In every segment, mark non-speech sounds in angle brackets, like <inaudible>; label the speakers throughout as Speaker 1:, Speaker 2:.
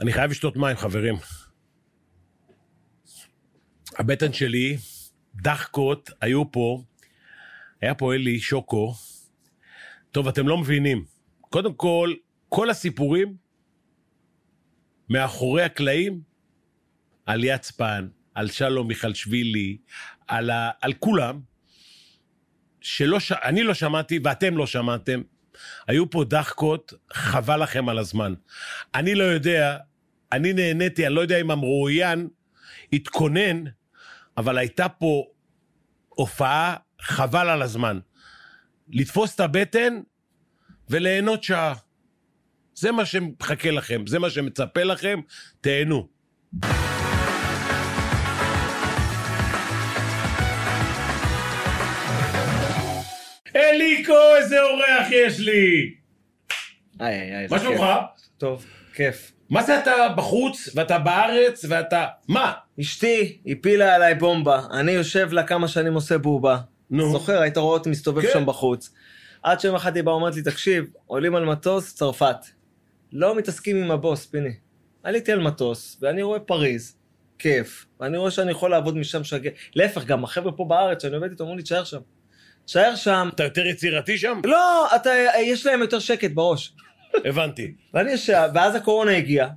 Speaker 1: אני חייב לשתות מים, חברים. הבטן שלי, דחקות, היו פה, היה פה אלי שוקו. טוב, אתם לא מבינים. קודם כל, כל הסיפורים מאחורי הקלעים על יצפן, על שלום מיכלשווילי, על, ה... על כולם, שלא ש... אני לא שמעתי ואתם לא שמעתם. היו פה דחקות, חבל לכם על הזמן. אני לא יודע, אני נהניתי, אני לא יודע אם המרואיין התכונן, אבל הייתה פה הופעה חבל על הזמן. לתפוס את הבטן וליהנות שעה. זה מה שמחכה לכם, זה מה שמצפה לכם, תהנו. אליקו, איזה אורח יש לי!
Speaker 2: איי, איי, איי,
Speaker 1: מה
Speaker 2: זה כיף.
Speaker 1: שלומך?
Speaker 2: טוב, כיף.
Speaker 1: מה זה אתה בחוץ, ואתה בארץ, ואתה... מה?
Speaker 2: אשתי הפילה עליי בומבה, אני יושב לה כמה שנים עושה בובה.
Speaker 1: נו.
Speaker 2: זוכר, היית רואה אותי מסתובב
Speaker 1: כן.
Speaker 2: שם בחוץ. עד שיום אחד היא באה ואומרת לי, תקשיב, עולים על מטוס, צרפת. לא מתעסקים עם הבוס, פיני. עליתי על מטוס, ואני רואה פריז, כיף, ואני רואה שאני יכול לעבוד משם שגע... להפך, גם החבר'ה פה בארץ שאני עובד איתם, אומרים לי, תשאר שם. תשאר שם.
Speaker 1: אתה יותר יצירתי שם?
Speaker 2: לא, אתה, יש להם יותר שקט בראש.
Speaker 1: הבנתי.
Speaker 2: ואני ישב, ואז הקורונה הגיעה,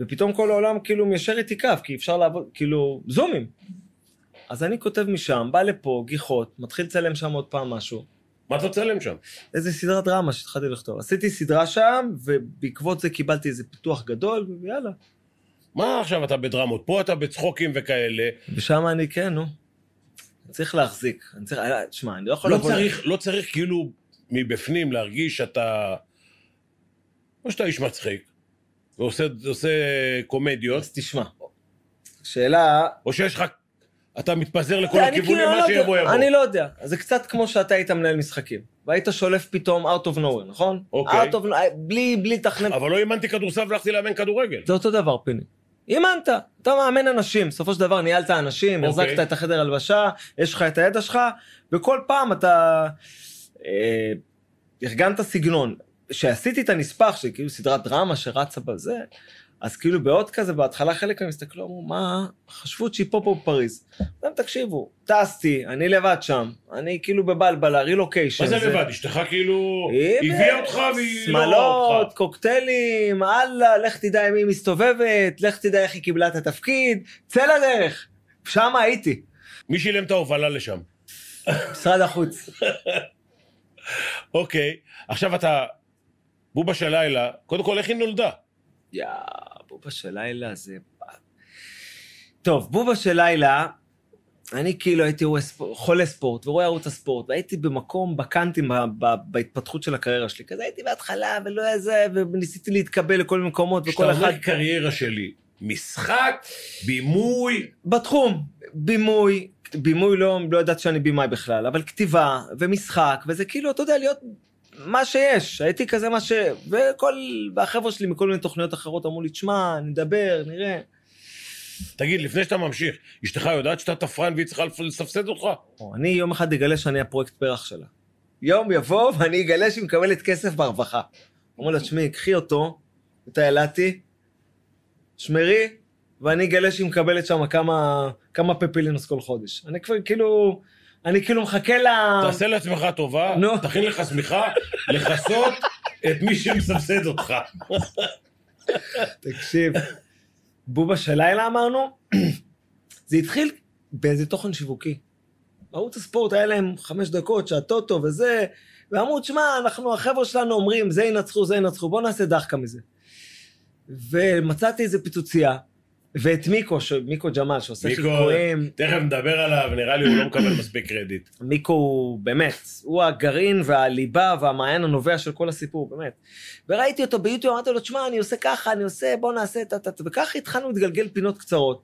Speaker 2: ופתאום כל העולם כאילו מיישר איתי קו, כי אפשר לעבוד, כאילו, זומים. אז אני כותב משם, בא לפה, גיחות, מתחיל לצלם שם עוד פעם משהו.
Speaker 1: מה אתה מצלם שם?
Speaker 2: איזה סדרת דרמה שהתחלתי לכתוב. עשיתי סדרה שם, ובעקבות זה קיבלתי איזה פיתוח גדול, ויאללה.
Speaker 1: מה עכשיו אתה בדרמות? פה אתה בצחוקים וכאלה.
Speaker 2: ושם אני, כן, נו. צריך להחזיק. אני צריך, אה, תשמע, אני לא יכול
Speaker 1: לא
Speaker 2: לבוא-
Speaker 1: צריך, לא צריך כאילו מבפנים להרגיש שאתה... או שאתה איש מצחיק, ועושה עושה קומדיות,
Speaker 2: אז תשמע. שאלה,
Speaker 1: או שיש לך... אתה מתפזר לכל
Speaker 2: אני
Speaker 1: הכיוונים,
Speaker 2: כאילו
Speaker 1: מה
Speaker 2: לא יודע-
Speaker 1: שיבוא יבוא.
Speaker 2: אני לא יודע. אז זה קצת כמו שאתה היית מנהל משחקים. והיית שולף פתאום out of nowhere, נכון?
Speaker 1: אוקיי.
Speaker 2: Out of nowhere, בלי, בלי לתכנן.
Speaker 1: אבל לא אימנתי כדורסל והלכתי לאמן כדורגל.
Speaker 2: זה אותו דבר, פיני. אימנת, אתה מאמן אנשים, בסופו של דבר ניהלת אנשים,
Speaker 1: אוקיי.
Speaker 2: החזקת את החדר הלבשה, יש לך את הידע שלך, וכל פעם אתה אה, ארגנת סגנון. כשעשיתי את הנספח, שכאילו סדרת דרמה שרצה בזה, אז כאילו בעוד כזה, בהתחלה חלק מהם הסתכלו, אמרו, מה, חשבו שהיא פה פה בפריז. אתם תקשיבו, טסתי, אני לבד שם, אני כאילו בבלבלה, רילוקיישן.
Speaker 1: מה זה לבד? אשתך כאילו
Speaker 2: הנה,
Speaker 1: הביאה אותך והיא לא רואה
Speaker 2: שמלות,
Speaker 1: אותך.
Speaker 2: קוקטיילים, הלאה, לך תדע עם מי היא מסתובבת, לך תדע איך היא קיבלה את התפקיד, צא לדרך. שם הייתי,
Speaker 1: מי שילם את ההובלה לשם?
Speaker 2: משרד החוץ.
Speaker 1: אוקיי, עכשיו אתה... בובה של לילה, קודם כל, איך היא נולדה?
Speaker 2: יא, בובה של לילה זה... טוב, בובה של לילה, אני כאילו הייתי רואה ספור, חולה ספורט ורואה ערוץ הספורט, והייתי במקום, בקאנטים ב- ב- בהתפתחות של הקריירה שלי. כזה הייתי בהתחלה, ולא היה זה, וניסיתי להתקבל לכל מיני מקומות,
Speaker 1: כשאתה
Speaker 2: וכל אחד...
Speaker 1: אומר קריירה שלי, משחק, בימוי,
Speaker 2: בתחום, בימוי, בימוי לא, לא ידעתי שאני בימאי בכלל, אבל כתיבה ומשחק, וזה כאילו, אתה יודע, להיות מה שיש, הייתי כזה מה ש... וכל, והחבר'ה שלי מכל מיני תוכניות אחרות אמרו לי, תשמע, נדבר, נראה.
Speaker 1: תגיד, לפני שאתה ממשיך, אשתך יודעת שאתה תפרן והיא צריכה לסבסד אותך?
Speaker 2: או, אני יום אחד אגלה שאני הפרויקט פרח שלה. יום יבוא ואני אגלה שהיא מקבלת כסף ברווחה. אומר לה, תשמעי, קחי אותו, את האילתי, שמרי, ואני אגלה שהיא מקבלת שם כמה, כמה פפילינוס כל חודש. אני כבר כאילו, אני כאילו מחכה לה...
Speaker 1: תעשה לעצמך טובה,
Speaker 2: נו.
Speaker 1: תכין לך שמיכה, לכסות את מי שמסבסד אותך.
Speaker 2: תקשיב, בובה של לילה אמרנו, זה התחיל באיזה תוכן שיווקי. ערוץ הספורט היה להם חמש דקות, שהטוטו וזה, ואמרו, תשמע, אנחנו, החבר'ה שלנו אומרים, זה ינצחו, זה ינצחו, בואו נעשה דחקה מזה. ומצאתי איזה פיצוצייה, ואת מיקו, ש... מיקו ג'מאל, שעושה
Speaker 1: מיקו,
Speaker 2: חיקויים,
Speaker 1: תכף נדבר עליו, נראה לי הוא לא מקבל מספיק קרדיט.
Speaker 2: מיקו הוא באמת, הוא הגרעין והליבה והמעיין הנובע של כל הסיפור, באמת. וראיתי אותו ביוטיוב, אמרתי לו, תשמע, אני עושה ככה, אני עושה, בוא נעשה את ה... את ה-" וככה התחלנו להתגלגל פינות קצרות.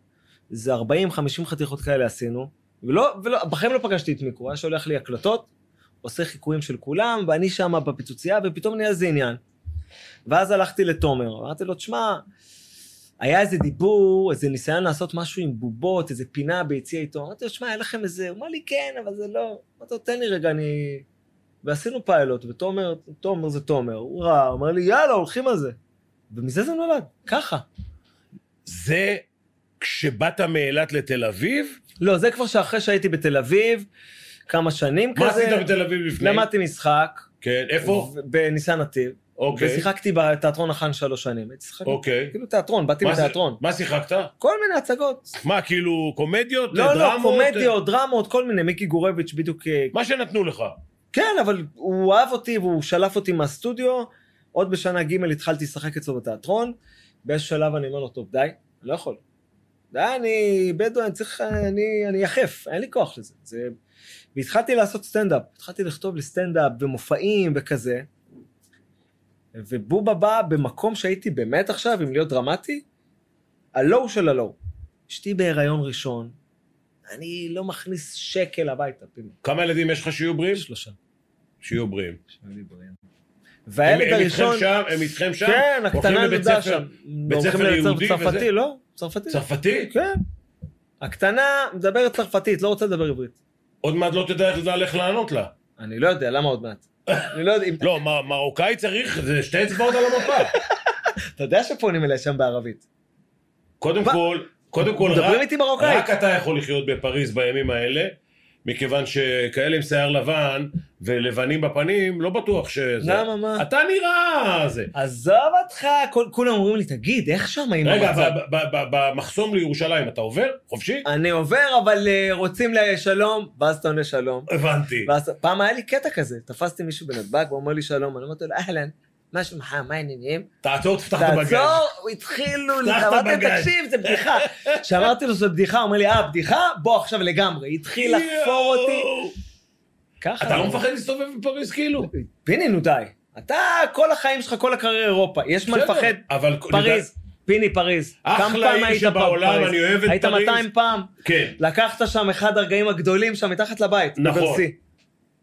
Speaker 2: איזה 40-50 חתיכות כאלה עשינו, ולא, ולא, בחיים לא פגשתי את מיקו, הוא היה שולח לי הקלטות, עושה חיקויים של כולם, ואני שם בפיצוצייה, ופתאום נהיה איזה עניין. ואז הלכתי לתומר, אמרתי לו, תשמע, היה איזה דיבור, איזה ניסיון לעשות משהו עם בובות, איזה פינה ביציע עיתון. אמרתי לו, שמע, היה לכם איזה... הוא אמר לי, כן, אבל זה לא... אמרתי לו, תן לי רגע, אני... ועשינו פיילוט, ותומר, תומר זה תומר, הוא ראה, הוא אומר לי, יאללה, הולכים על זה. ומזה זה נולד, ככה.
Speaker 1: זה כשבאת מאילת לתל אביב?
Speaker 2: לא, זה כבר שאחרי שהייתי בתל אביב, כמה שנים
Speaker 1: מה
Speaker 2: כזה.
Speaker 1: עשית בתל אביב לפני?
Speaker 2: למדתי משחק.
Speaker 1: כן, איפה?
Speaker 2: ו- בניסן נתיב.
Speaker 1: אוקיי.
Speaker 2: ושיחקתי בתיאטרון החאן שלוש שנים. הייתי שיחק-
Speaker 1: אוקיי.
Speaker 2: כאילו תיאטרון, באתי
Speaker 1: מה זה-
Speaker 2: מתיאטרון.
Speaker 1: מה שיחקת?
Speaker 2: כל מיני הצגות.
Speaker 1: מה, כאילו קומדיות?
Speaker 2: לא, לא,
Speaker 1: דרמות?
Speaker 2: קומדיות, דרמות, כל מיני. מיקי גורביץ' בדיוק... אה,
Speaker 1: מה שנתנו לך.
Speaker 2: כן, אבל הוא אהב אותי והוא שלף אותי מהסטודיו. עוד בשנה ג' התחלתי לשחק אצלו בתיאטרון. באיזשהו שלב אני אומר לו, טוב, די, לא יכול. די, אני בדואי, אני צריך, אני, אני יחף, אין לי כוח לזה. זה... והתחלתי לעשות סטנדאפ. התחלתי לכתוב לי סטנדאפ ומופעים וכזה. ובובה בא במקום שהייתי באמת עכשיו, אם להיות דרמטי, הלואו של הלואו. אשתי בהיריון ראשון, אני לא מכניס שקל הביתה, פתאום.
Speaker 1: כמה ילדים יש לך שיהיו בריאים?
Speaker 2: שלושה.
Speaker 1: שיהיו בריאים. הם
Speaker 2: והילד
Speaker 1: הם איתכם
Speaker 2: הראשון...
Speaker 1: שם? הם איתכם שם?
Speaker 2: כן,
Speaker 1: הולכים
Speaker 2: הקטנה
Speaker 1: לבית
Speaker 2: נולדה
Speaker 1: ספר-
Speaker 2: שם.
Speaker 1: בית ספר
Speaker 2: הולכים לבית
Speaker 1: יהודי
Speaker 2: ספר
Speaker 1: וזה?
Speaker 2: צרפתי, לא? צרפתי.
Speaker 1: צרפתי?
Speaker 2: כן. הקטנה מדברת צרפתית, לא רוצה לדבר עברית.
Speaker 1: עוד מעט לא תדע איך- על איך לענות לה.
Speaker 2: אני לא יודע, למה עוד מעט? אני לא יודע
Speaker 1: <laughs>
Speaker 2: אם...
Speaker 1: לא, מ- מרוקאי צריך, זה שתי אצבעות על המפה.
Speaker 2: אתה יודע שפונים אליי שם בערבית.
Speaker 1: קודם
Speaker 2: מה?
Speaker 1: כל, קודם כל,
Speaker 2: מדברים
Speaker 1: רק-
Speaker 2: איתי אוקיי. מרוקאית.
Speaker 1: רק אתה יכול לחיות בפריז בימים האלה, מכיוון שכאלה עם שיער לבן ולבנים בפנים, לא בטוח שזה.
Speaker 2: למה, מה?
Speaker 1: אתה נראה זה.
Speaker 2: עזוב אותך, כל- כולם אומרים לי, תגיד, איך שם עם
Speaker 1: רגע,
Speaker 2: המצב?
Speaker 1: ב- ב- ב- במחסום לירושלים אתה עובר? חופשי?
Speaker 2: אני עובר, אבל אה, רוצים לשלום, ואז אתה עונה שלום.
Speaker 1: הבנתי.
Speaker 2: ואז פעם היה לי קטע כזה, תפסתי מישהו בנתב"ג, הוא אומר לי שלום, אני אומרת לו, אהלן, מה שלומך, מה העניינים?
Speaker 1: תעצור, תפתח את הבגז.
Speaker 2: תעצור, התחילו, לי-
Speaker 1: פתח את
Speaker 2: אמרתי,
Speaker 1: הבגז.
Speaker 2: תקשיב, זה בדיחה. כשאמרתי לו שזו בדיחה, הוא אומר לי, אה, בדיחה? בוא עכשיו לגמרי. התחיל לחפור אותי.
Speaker 1: יואו.
Speaker 2: ככה.
Speaker 1: אתה לא מפחד להסתובב בפריז כאילו?
Speaker 2: פיני, נו די. אתה, כל החיים שלך, כל הקריירה אירופה. יש מה
Speaker 1: בסדר,
Speaker 2: לפחד?
Speaker 1: אבל...
Speaker 2: פריז, פיני, פריז. כמה
Speaker 1: אחלה
Speaker 2: פעם
Speaker 1: עיר
Speaker 2: היית פעם
Speaker 1: שבעולם,
Speaker 2: בפריז?
Speaker 1: אני אוהב את
Speaker 2: היית
Speaker 1: פריז.
Speaker 2: 200 פעם,
Speaker 1: כן.
Speaker 2: לקחת שם אחד הרגעים הגדולים שם, מתחת לבית.
Speaker 1: נכון.
Speaker 2: בברסי.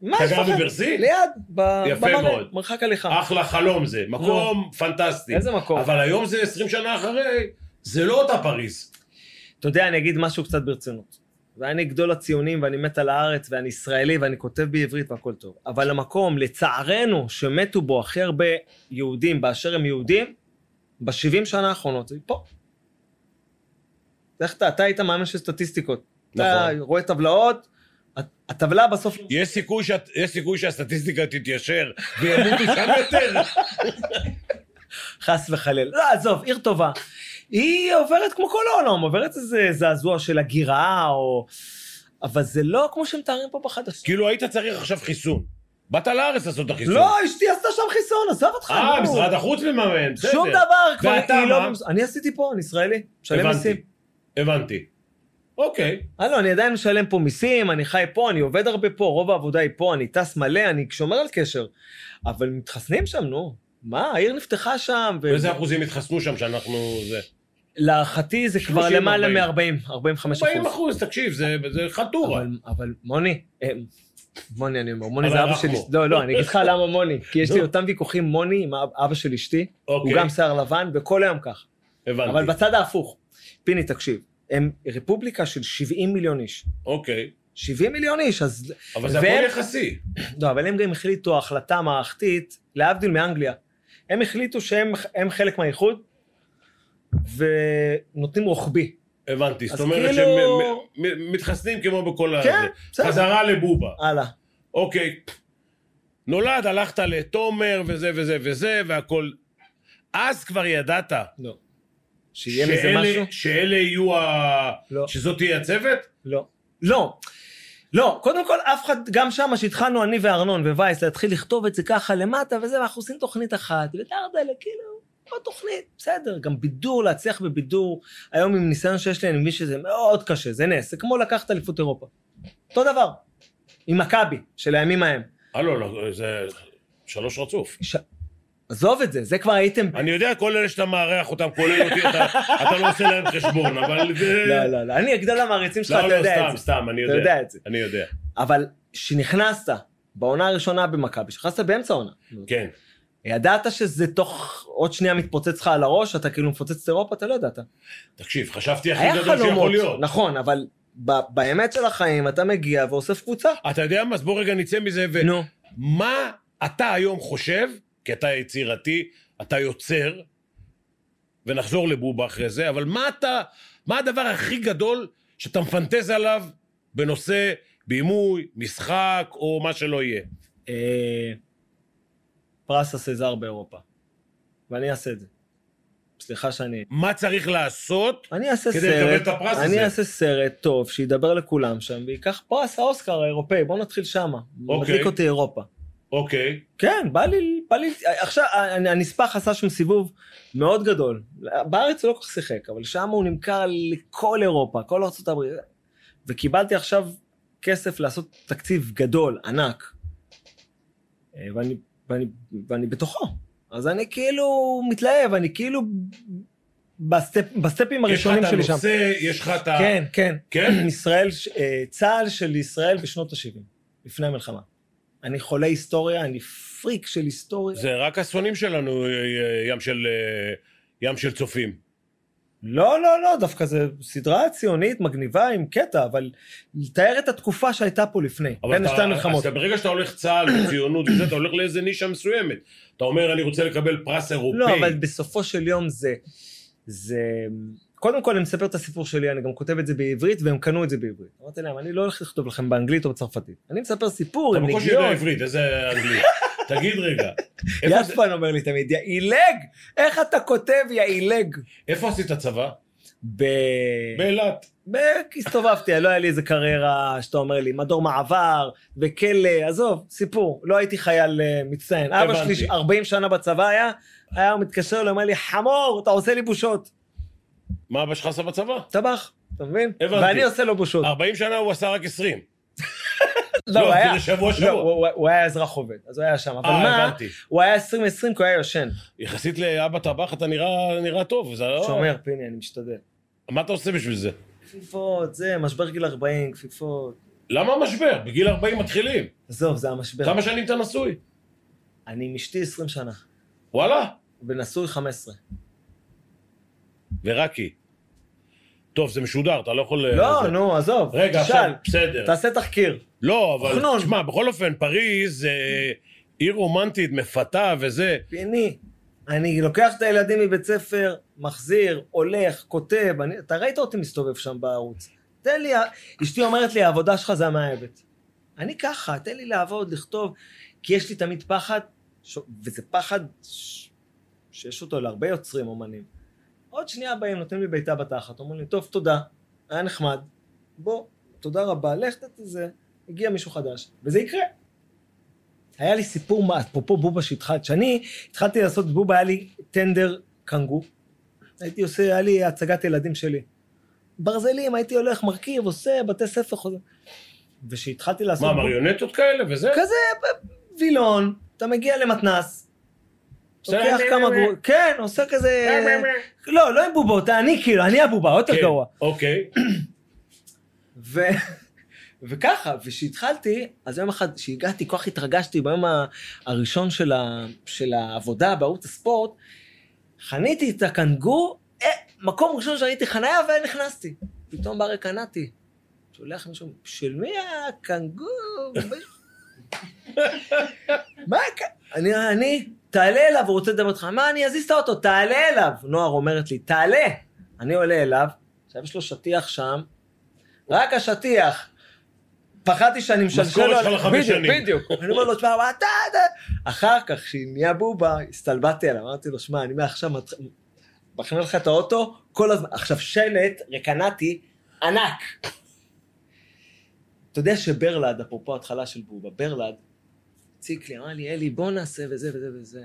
Speaker 2: מה
Speaker 1: אתה
Speaker 2: יש
Speaker 1: גר
Speaker 2: לך?
Speaker 1: בברסי?
Speaker 2: ליד, ב-
Speaker 1: יפה
Speaker 2: במראה,
Speaker 1: מאוד.
Speaker 2: מרחק הליכה.
Speaker 1: אחלה חלום זה, מקום פנטסטי.
Speaker 2: נכון. איזה מקום.
Speaker 1: אבל היום זה 20 שנה אחרי, זה לא אותה פריז.
Speaker 2: אתה יודע, אני אגיד משהו קצת ברצינות. ואני גדול הציונים, ואני מת על הארץ, ואני ישראלי, ואני כותב בעברית, והכל טוב. אבל המקום, לצערנו, שמתו בו הכי הרבה יהודים באשר הם יהודים, ב-70 שנה האחרונות, זה פה. איך אתה, אתה היית מאמן של סטטיסטיקות. אתה
Speaker 1: נכון.
Speaker 2: רואה טבלאות, הט- הטבלה בסוף...
Speaker 1: יש סיכוי, שאת, יש סיכוי שהסטטיסטיקה תתיישר וימותו שם יותר. <laughs>
Speaker 2: חס וחלילה. לא, עזוב, עיר טובה. היא עוברת כמו כל העולם, עוברת איזה זעזוע של הגירה, או... אבל זה לא כמו שמתארים פה בחדשות.
Speaker 1: כאילו היית צריך עכשיו חיסון. באת לארץ לעשות את החיסון.
Speaker 2: לא, אשתי עשתה שם חיסון, עזב אותך.
Speaker 1: אה,
Speaker 2: נו.
Speaker 1: משרד החוץ מממן, בסדר.
Speaker 2: שום דבר, כבר
Speaker 1: ואתה
Speaker 2: היא לא...
Speaker 1: מה?
Speaker 2: במש- אני עשיתי פה, אני ישראלי, משלם
Speaker 1: הבנתי,
Speaker 2: מיסים.
Speaker 1: הבנתי. אוקיי.
Speaker 2: הלו, אני עדיין משלם פה מיסים, אני חי פה, אני עובד הרבה פה, רוב העבודה היא פה, אני טס מלא, אני שומר על קשר. אבל מתחסנים שם, נו. מה, העיר נפתחה שם, ו-
Speaker 1: באיזה אחוזים התחסנו שם שאנחנו... זה...
Speaker 2: להערכתי זה כבר
Speaker 1: 30,
Speaker 2: למעלה
Speaker 1: 40.
Speaker 2: מ-40, 45
Speaker 1: 40
Speaker 2: אחוז.
Speaker 1: אחוז, תקשיב, זה, זה חלטורה.
Speaker 2: אבל, אבל מוני, אה, מוני אני אומר, מוני
Speaker 1: אבל
Speaker 2: זה אבא
Speaker 1: אנחנו.
Speaker 2: של אשתי, לא, לא, אני אגיד לך למה מוני, כי יש לי
Speaker 1: נו.
Speaker 2: אותם ויכוחים מוני עם אב- אבא של אשתי, הוא
Speaker 1: אוקיי,
Speaker 2: גם שיער לבן, וכל היום ככה.
Speaker 1: הבנתי.
Speaker 2: אבל בצד ההפוך. פיני, תקשיב, הם רפובליקה של 70 מיליון איש.
Speaker 1: אוקיי.
Speaker 2: 70 מיליון איש, אז...
Speaker 1: אבל זה
Speaker 2: והם-
Speaker 1: הכל יחסי.
Speaker 2: לא, אבל הם גם החליטו החלטה מערכתית, להבדיל מאנגליה. הם החליטו שהם הם חלק מהאיחוד, ונותנים רוחבי.
Speaker 1: הבנתי,
Speaker 2: אז
Speaker 1: זאת אומרת
Speaker 2: כאילו-
Speaker 1: שהם אה, מ- מ- מתחסנים כמו בכל ה...
Speaker 2: כן,
Speaker 1: זה.
Speaker 2: בסדר.
Speaker 1: חזרה לבובה.
Speaker 2: הלאה.
Speaker 1: אוקיי. נולד, הלכת לתומר וזה וזה וזה והכל. אז כבר ידעת
Speaker 2: לא. שיהיה מזה משהו?
Speaker 1: שאלה, שאלה יהיו ה...
Speaker 2: לא.
Speaker 1: שזאת תהיה הצוות?
Speaker 2: לא. לא. לא, קודם כל, אף אחד, גם שם, שהתחלנו אני וארנון ווייס להתחיל לכתוב את זה ככה למטה וזה, ואנחנו עושים תוכנית אחת, ודרדלה, כאילו, עוד תוכנית, בסדר. גם בידור, להצליח בבידור, היום עם ניסיון שיש לי, אני מבין שזה מאוד קשה, זה נס, זה כמו לקחת אליפות אירופה. אותו דבר, עם מכבי, של הימים ההם.
Speaker 1: הלו, לא, זה שלוש רצוף.
Speaker 2: ש... עזוב את זה, זה כבר הייתם...
Speaker 1: אני יודע, כל אלה שאתה מארח אותם, כולל אותי, אתה, אתה לא עושה להם חשבון, אבל זה...
Speaker 2: לא, לא, לא, אני הגדול המעריצים שלך,
Speaker 1: לא,
Speaker 2: אתה
Speaker 1: לא,
Speaker 2: יודע
Speaker 1: סתם,
Speaker 2: את זה.
Speaker 1: סתם, אני
Speaker 2: אתה
Speaker 1: יודע.
Speaker 2: יודע את זה.
Speaker 1: אני יודע,
Speaker 2: אבל כשנכנסת, בעונה הראשונה במכבי, שנכנסת באמצע העונה.
Speaker 1: כן.
Speaker 2: ידעת שזה תוך עוד שנייה מתפוצץ לך על הראש, אתה כאילו מפוצץ את אירופה, אתה לא ידעת.
Speaker 1: תקשיב, חשבתי
Speaker 2: היה
Speaker 1: הכי גדול שיכול
Speaker 2: חלומות,
Speaker 1: להיות.
Speaker 2: נכון, אבל ב- באמת של החיים אתה מגיע ואוסף קבוצה.
Speaker 1: אתה יודע מה? אז בוא רגע נצא מזה, ו...
Speaker 2: נו.
Speaker 1: מה אתה היום חושב, כי אתה יצירתי, אתה יוצר, ונחזור לבובה אחרי זה, אבל מה אתה, מה הדבר הכי גדול שאתה מפנטז עליו בנושא בימוי, משחק, או מה שלא יהיה?
Speaker 2: אה, פרס הסזר באירופה. ואני אעשה את זה. סליחה שאני...
Speaker 1: מה צריך לעשות?
Speaker 2: אני אעשה
Speaker 1: כדי
Speaker 2: סרט,
Speaker 1: לקבל את הפרס
Speaker 2: אני
Speaker 1: הזה.
Speaker 2: אעשה סרט טוב, שידבר לכולם שם, וייקח פרס האוסקר האירופאי, בוא נתחיל שמה.
Speaker 1: אוקיי.
Speaker 2: מדליק אותי אירופה.
Speaker 1: אוקיי.
Speaker 2: כן, בא לי, בא לי, עכשיו, הנ- הנספח עשה שם סיבוב מאוד גדול. בארץ הוא לא כל כך שיחק, אבל שם הוא נמכר לכל אירופה, כל ארצות הברית. וקיבלתי עכשיו כסף לעשות תקציב גדול, ענק. אה, ואני, ואני, ואני בתוכו. אז אני כאילו מתלהב, אני כאילו בסטפ, בסטפים הראשונים שלי
Speaker 1: יש לך
Speaker 2: שם.
Speaker 1: את הנושא, יש לך את ה...
Speaker 2: כן, כן.
Speaker 1: כן?
Speaker 2: <clears throat> ישראל, אה, צה"ל של ישראל בשנות ה-70, לפני המלחמה. אני חולה היסטוריה, אני פריק של היסטוריה.
Speaker 1: זה רק השונאים שלנו, אה, אה, ים של, אה, ים של צופים.
Speaker 2: לא, לא, לא, דווקא זו סדרה ציונית מגניבה עם קטע, אבל לתאר את התקופה שהייתה פה לפני,
Speaker 1: אבל
Speaker 2: בין
Speaker 1: אתה-
Speaker 2: כן, שתי
Speaker 1: אז
Speaker 2: המלחמות.
Speaker 1: אתה- ברגע שאתה הולך צה"ל וציונות וזה, אתה הולך לאיזה נישה מסוימת. אתה אומר, אני רוצה לקבל פרס אירופאי.
Speaker 2: לא, אבל בסופו של יום זה... זה... קודם כל, אני מספר את הסיפור שלי, אני גם כותב את זה בעברית, והם קנו את זה בעברית. אמרתי להם, אני לא הולך לכתוב לכם באנגלית או בצרפתית. אני מספר סיפור
Speaker 1: אתה
Speaker 2: עם
Speaker 1: בקושי יודע
Speaker 2: נגיעות.
Speaker 1: עברית, איזה
Speaker 2: <laughs>
Speaker 1: אנגלית. תגיד רגע, איפה-
Speaker 2: יספן אומר לי תמיד, יא עילג! איך אתה כותב יא עילג?
Speaker 1: איפה עשית צבא?
Speaker 2: ב...
Speaker 1: באילת.
Speaker 2: ב... הסתובבתי, לא היה לי איזה קריירה שאתה אומר לי, מדור מעבר, בכלא, עזוב, סיפור, לא הייתי חייל אה, מצטיין. אבא
Speaker 1: הבנתי.
Speaker 2: שלי 40 שנה בצבא היה, היה הוא מתקשר אליי, אומר לי, חמור, אתה עושה לי בושות.
Speaker 1: מה אבא שלך עשה בצבא?
Speaker 2: טבח, אתה מבין?
Speaker 1: הבנתי.
Speaker 2: ואני עושה לו בושות.
Speaker 1: 40 שנה הוא עשה רק 20.
Speaker 2: לא,
Speaker 1: לא,
Speaker 2: הוא היה...
Speaker 1: כאילו שבוע,
Speaker 2: לא,
Speaker 1: שבוע.
Speaker 2: הוא- הוא- הוא היה אזרח עובד, אז הוא היה שם. אבל
Speaker 1: אה,
Speaker 2: מה,
Speaker 1: הבנתי.
Speaker 2: הוא היה 20-20 כי הוא היה יושן.
Speaker 1: יחסית לאבא טבח אתה נראה נראה טוב, זה לא...
Speaker 2: שומר, פיני, אני משתדל.
Speaker 1: מה אתה עושה בשביל זה?
Speaker 2: כפיפות, זה, משבר גיל 40, כפיפות.
Speaker 1: למה המשבר? בגיל 40 מתחילים.
Speaker 2: עזוב, זה המשבר.
Speaker 1: כמה שנים אתה נשוי?
Speaker 2: אני עם אשתי 20 שנה,
Speaker 1: וואלה.
Speaker 2: ונשוי 15.
Speaker 1: ורק היא. טוב, זה משודר, אתה לא יכול...
Speaker 2: לא,
Speaker 1: זה-
Speaker 2: נו, עזוב,
Speaker 1: רגע, עכשיו,
Speaker 2: תשאל,
Speaker 1: בסדר.
Speaker 2: תעשה תחקיר.
Speaker 1: לא, אבל
Speaker 2: חנון.
Speaker 1: תשמע, בכל אופן, פריז זה עיר רומנטית, מפתה וזה.
Speaker 2: פיני, אני לוקח את הילדים מבית ספר, מחזיר, הולך, כותב, אני- אתה ראית אותי מסתובב שם בערוץ. תן לי, אשתי אומרת לי, העבודה שלך זה המאהבת. אני ככה, תן לי לעבוד, לכתוב, כי יש לי תמיד פחד, ש... וזה פחד ש... שיש אותו להרבה יוצרים, אומנים. עוד שנייה באים, נותנים לי בעיטה בתחת, אומרים לי, טוב, תודה, היה נחמד, בוא, תודה רבה, לך תזה, הגיע מישהו חדש, וזה יקרה. היה לי סיפור, מה- אפרופו בובה שהתחלת, שאני התחלתי לעשות בובה, היה לי טנדר קנגו, הייתי עושה, היה לי הצגת ילדים שלי. ברזלים, הייתי הולך, מרכיב, עושה, בתי ספר, חוזר. וכשהתחלתי לעשות...
Speaker 1: מה,
Speaker 2: בובה-
Speaker 1: מריונטות כאלה וזה?
Speaker 2: כזה ב- וילון, אתה מגיע למתנס,
Speaker 1: עושה
Speaker 2: לוקח
Speaker 1: להם-
Speaker 2: כמה גרועים, כן, עושה כזה... לא, לא עם בובות, אני כאילו, אני הבובה, עוד יותר
Speaker 1: כן,
Speaker 2: גרוע.
Speaker 1: אוקיי.
Speaker 2: ו... וככה, וכשהתחלתי, אז יום אחד, כשהגעתי, כל כך התרגשתי ביום ה- הראשון של, ה... של העבודה בערוץ הספורט, חניתי את הקנגו, אה, מקום ראשון שראיתי חניה ונכנסתי. פתאום ברי קנאתי. שולח מישהו, של מי הקנגו? מה הק- אני, אני, תעלה אליו, הוא רוצה לדבר איתך. מה, אני אזיז את האוטו, תעלה אליו. נוער אומרת לי, תעלה. אני עולה אליו, עכשיו יש לו שטיח שם, רק השטיח. פחדתי שאני משלשל
Speaker 1: משכורת שלך
Speaker 2: עליו.
Speaker 1: לחמש
Speaker 2: בדיוק,
Speaker 1: שנים.
Speaker 2: בדיוק. אני אומר לו, תשמע, מה אתה... אתה-" אחר כך, כשהיא נהיה בובה, הסתלבטתי עליו, אמרתי לו, שמע, אני מעכשיו מת- מכנה לך את האוטו כל הזמן. עכשיו, שלט, רקנטי, ענק. אתה יודע שברלד, אפרופו התחלה של בובה, ברלד, הציק לי, אמר לי, אלי, בוא נעשה וזה וזה וזה.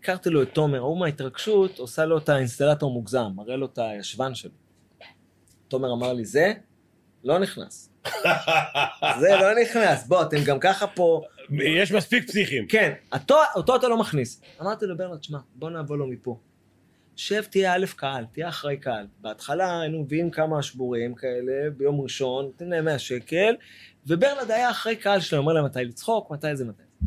Speaker 2: הכרתי לו את תומר, ההוא מההתרגשות, עושה לו את האינסטלטור מוגזם, מראה לו את הישבן שלו. תומר אמר לי, זה לא נכנס. זה לא נכנס, בוא, אתם גם ככה פה...
Speaker 1: יש מספיק פסיכים.
Speaker 2: כן, אותו, אותו אתה לא מכניס. אמרתי לו, ברנרד, שמע, בוא נבוא לו מפה. שב, תהיה א' קהל, תהיה אחראי קהל. בהתחלה היינו מביאים כמה שבורים כאלה ביום ראשון, נותנים להם 100 שקל, וברנרד היה אחראי קהל שלו, אומר להם מתי לצחוק, מתי זה מתי זה.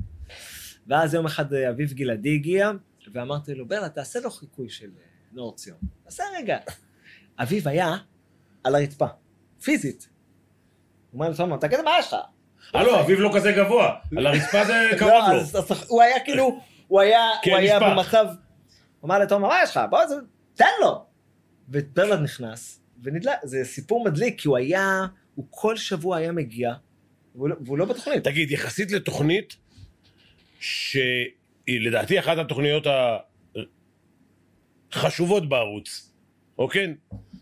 Speaker 2: ואז יום אחד אה, אביב גלעדי הגיע, ואמרתי לו, ברנרד, תעשה לו חיקוי של אה, נאור ציון. עשה רגע. אביב היה על הרצפה, פיזית. הוא אומר לתומר, תגיד מה יש לך?
Speaker 1: הלו, אביו לא כזה גבוה. על הרצפה זה קרוב
Speaker 2: כן. לא,
Speaker 1: לו.
Speaker 2: אז- אז הוא היה כאילו, הוא היה,
Speaker 1: כן,
Speaker 2: הוא היה
Speaker 1: נשפך.
Speaker 2: במצב, הוא אמר לתומר, מה יש לך? בוא, זה... תן לו. וברלנד נכנס, ונדלה, זה סיפור מדליק, כי הוא היה, הוא כל שבוע היה מגיע, והוא לא, והוא לא בתוכנית.
Speaker 1: תגיד, יחסית לתוכנית, שהיא לדעתי אחת התוכניות החשובות בערוץ, אוקיי?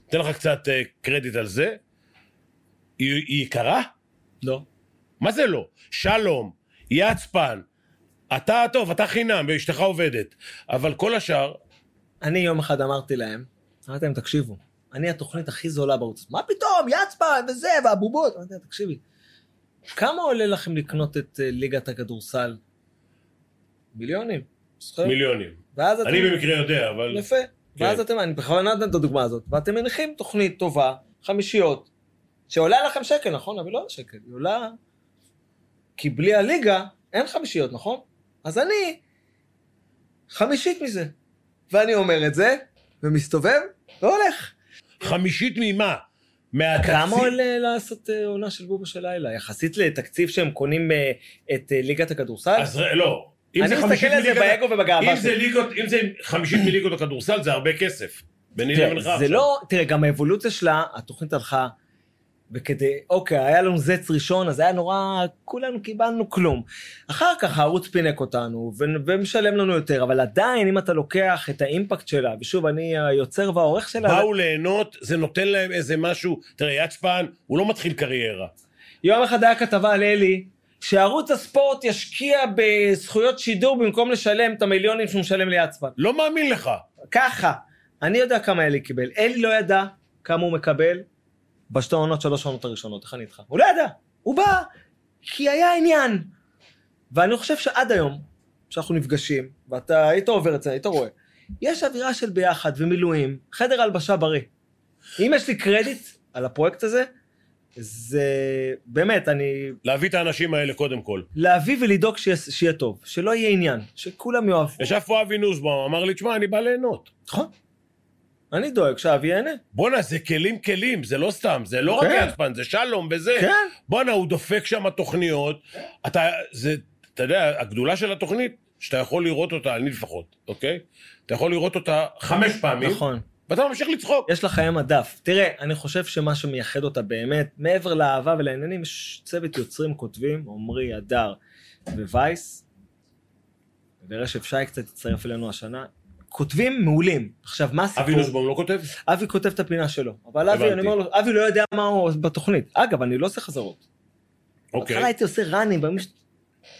Speaker 1: אתן לך קצת אה, קרדיט על זה. היא, היא יקרה?
Speaker 2: לא.
Speaker 1: מה זה לא? שלום, יצפן, אתה טוב, אתה חינם, ואשתך עובדת. אבל כל השאר,
Speaker 2: אני יום אחד אמרתי להם, אמרתי להם, תקשיבו, אני התוכנית הכי זולה בערוץ. מה פתאום, יצפן וזה, והבובות. אמרתי להם, תקשיבי, כמה עולה לכם לקנות את אה, ליגת הכדורסל? מיליונים. זוכר?
Speaker 1: מיליונים.
Speaker 2: ואז אתם...
Speaker 1: אני במקרה יודע, אבל... כן.
Speaker 2: יפה. ואז אתם, אני בכוונה נותן את הדוגמה הזאת, ואתם מניחים תוכנית טובה, חמישיות, שעולה לכם שקל, נכון? אבל לא עולה שקל, היא עולה... כי בלי הליגה אין חמישיות, נכון? אז אני חמישית מזה. ואני אומר את זה, ומסתובב, והולך.
Speaker 1: חמישית ממה?
Speaker 2: כמה
Speaker 1: מהתקציב?
Speaker 2: עולה לעשות אה, עונה של בובה של לילה? יחסית לתקציב שהם קונים אה, את אה, ליגת הכדורסל?
Speaker 1: אז ר- לא. אם
Speaker 2: אני
Speaker 1: זה
Speaker 2: מסתכל
Speaker 1: חמישית
Speaker 2: על זה
Speaker 1: מליגת...
Speaker 2: באגו ובגאווה
Speaker 1: אם זה
Speaker 2: שלי.
Speaker 1: ליגות, אם זה חמישית מליגות הכדורסל, זה הרבה כסף. ביני
Speaker 2: תראה,
Speaker 1: לבינך
Speaker 2: זה
Speaker 1: עכשיו.
Speaker 2: לא, תראה, גם האבולוציה שלה, התוכנית הלכה, וכדי, אוקיי, היה לנו זץ ראשון, אז היה נורא, כולנו קיבלנו כלום. אחר כך הערוץ פינק אותנו, ו- ומשלם לנו יותר, אבל עדיין, אם אתה לוקח את האימפקט שלה, ושוב, אני היוצר והעורך שלה,
Speaker 1: באו ליהנות, זה נותן להם איזה משהו. תראה, יצפן, הוא לא מתחיל קריירה.
Speaker 2: יום אחד היה כתבה על אלי, שערוץ הספורט ישקיע בזכויות שידור במקום לשלם את המיליונים שהוא משלם ליצמן.
Speaker 1: לא מאמין לך.
Speaker 2: ככה, אני יודע כמה אלי קיבל. אלי לא ידע כמה הוא מקבל בשתי העונות, שלוש העונות הראשונות, איך אני איתך? הוא לא ידע, הוא בא כי היה עניין. ואני חושב שעד היום, כשאנחנו נפגשים, ואתה היית עובר את זה, היית רואה, יש אווירה של ביחד ומילואים, חדר הלבשה בריא. אם יש לי קרדיט על הפרויקט הזה, זה באמת, אני...
Speaker 1: להביא את האנשים האלה קודם כל.
Speaker 2: להביא ולדאוג שיהיה, שיהיה טוב, שלא יהיה עניין, שכולם יאהבו.
Speaker 1: ישב פה אבי נוסבאום, אמר לי, תשמע, אני בא ליהנות.
Speaker 2: נכון. אני דואג שאבי ייהנה.
Speaker 1: בואנה, זה כלים כלים, זה לא סתם, זה לא רק
Speaker 2: כן.
Speaker 1: יצפן, זה שלום וזה.
Speaker 2: כן.
Speaker 1: בואנה, הוא דופק שם תוכניות. אתה, זה, אתה יודע, הגדולה של התוכנית, שאתה יכול לראות אותה, אני לפחות, אוקיי? אתה יכול לראות אותה חמש פעמים,
Speaker 2: נכון.
Speaker 1: ואתה ממשיך לצחוק.
Speaker 2: יש לה חיי מדף. תראה, אני חושב שמה שמייחד אותה באמת, מעבר לאהבה ולעניינים, יש צוות יוצרים כותבים, עמרי, הדר ווייס, ורשף שי קצת הצטרף אלינו השנה. כותבים מעולים. עכשיו, מה הסיפור?
Speaker 1: אבי נוסבאום לא כותב?
Speaker 2: אבי כותב את הפינה שלו, אבל אבי,
Speaker 1: הבנתי.
Speaker 2: אני אומר לו, אבי לא יודע מה הוא בתוכנית. אגב, אני לא עושה חזרות.
Speaker 1: אוקיי.
Speaker 2: בהתחלה הייתי עושה ראנים, ומישהו-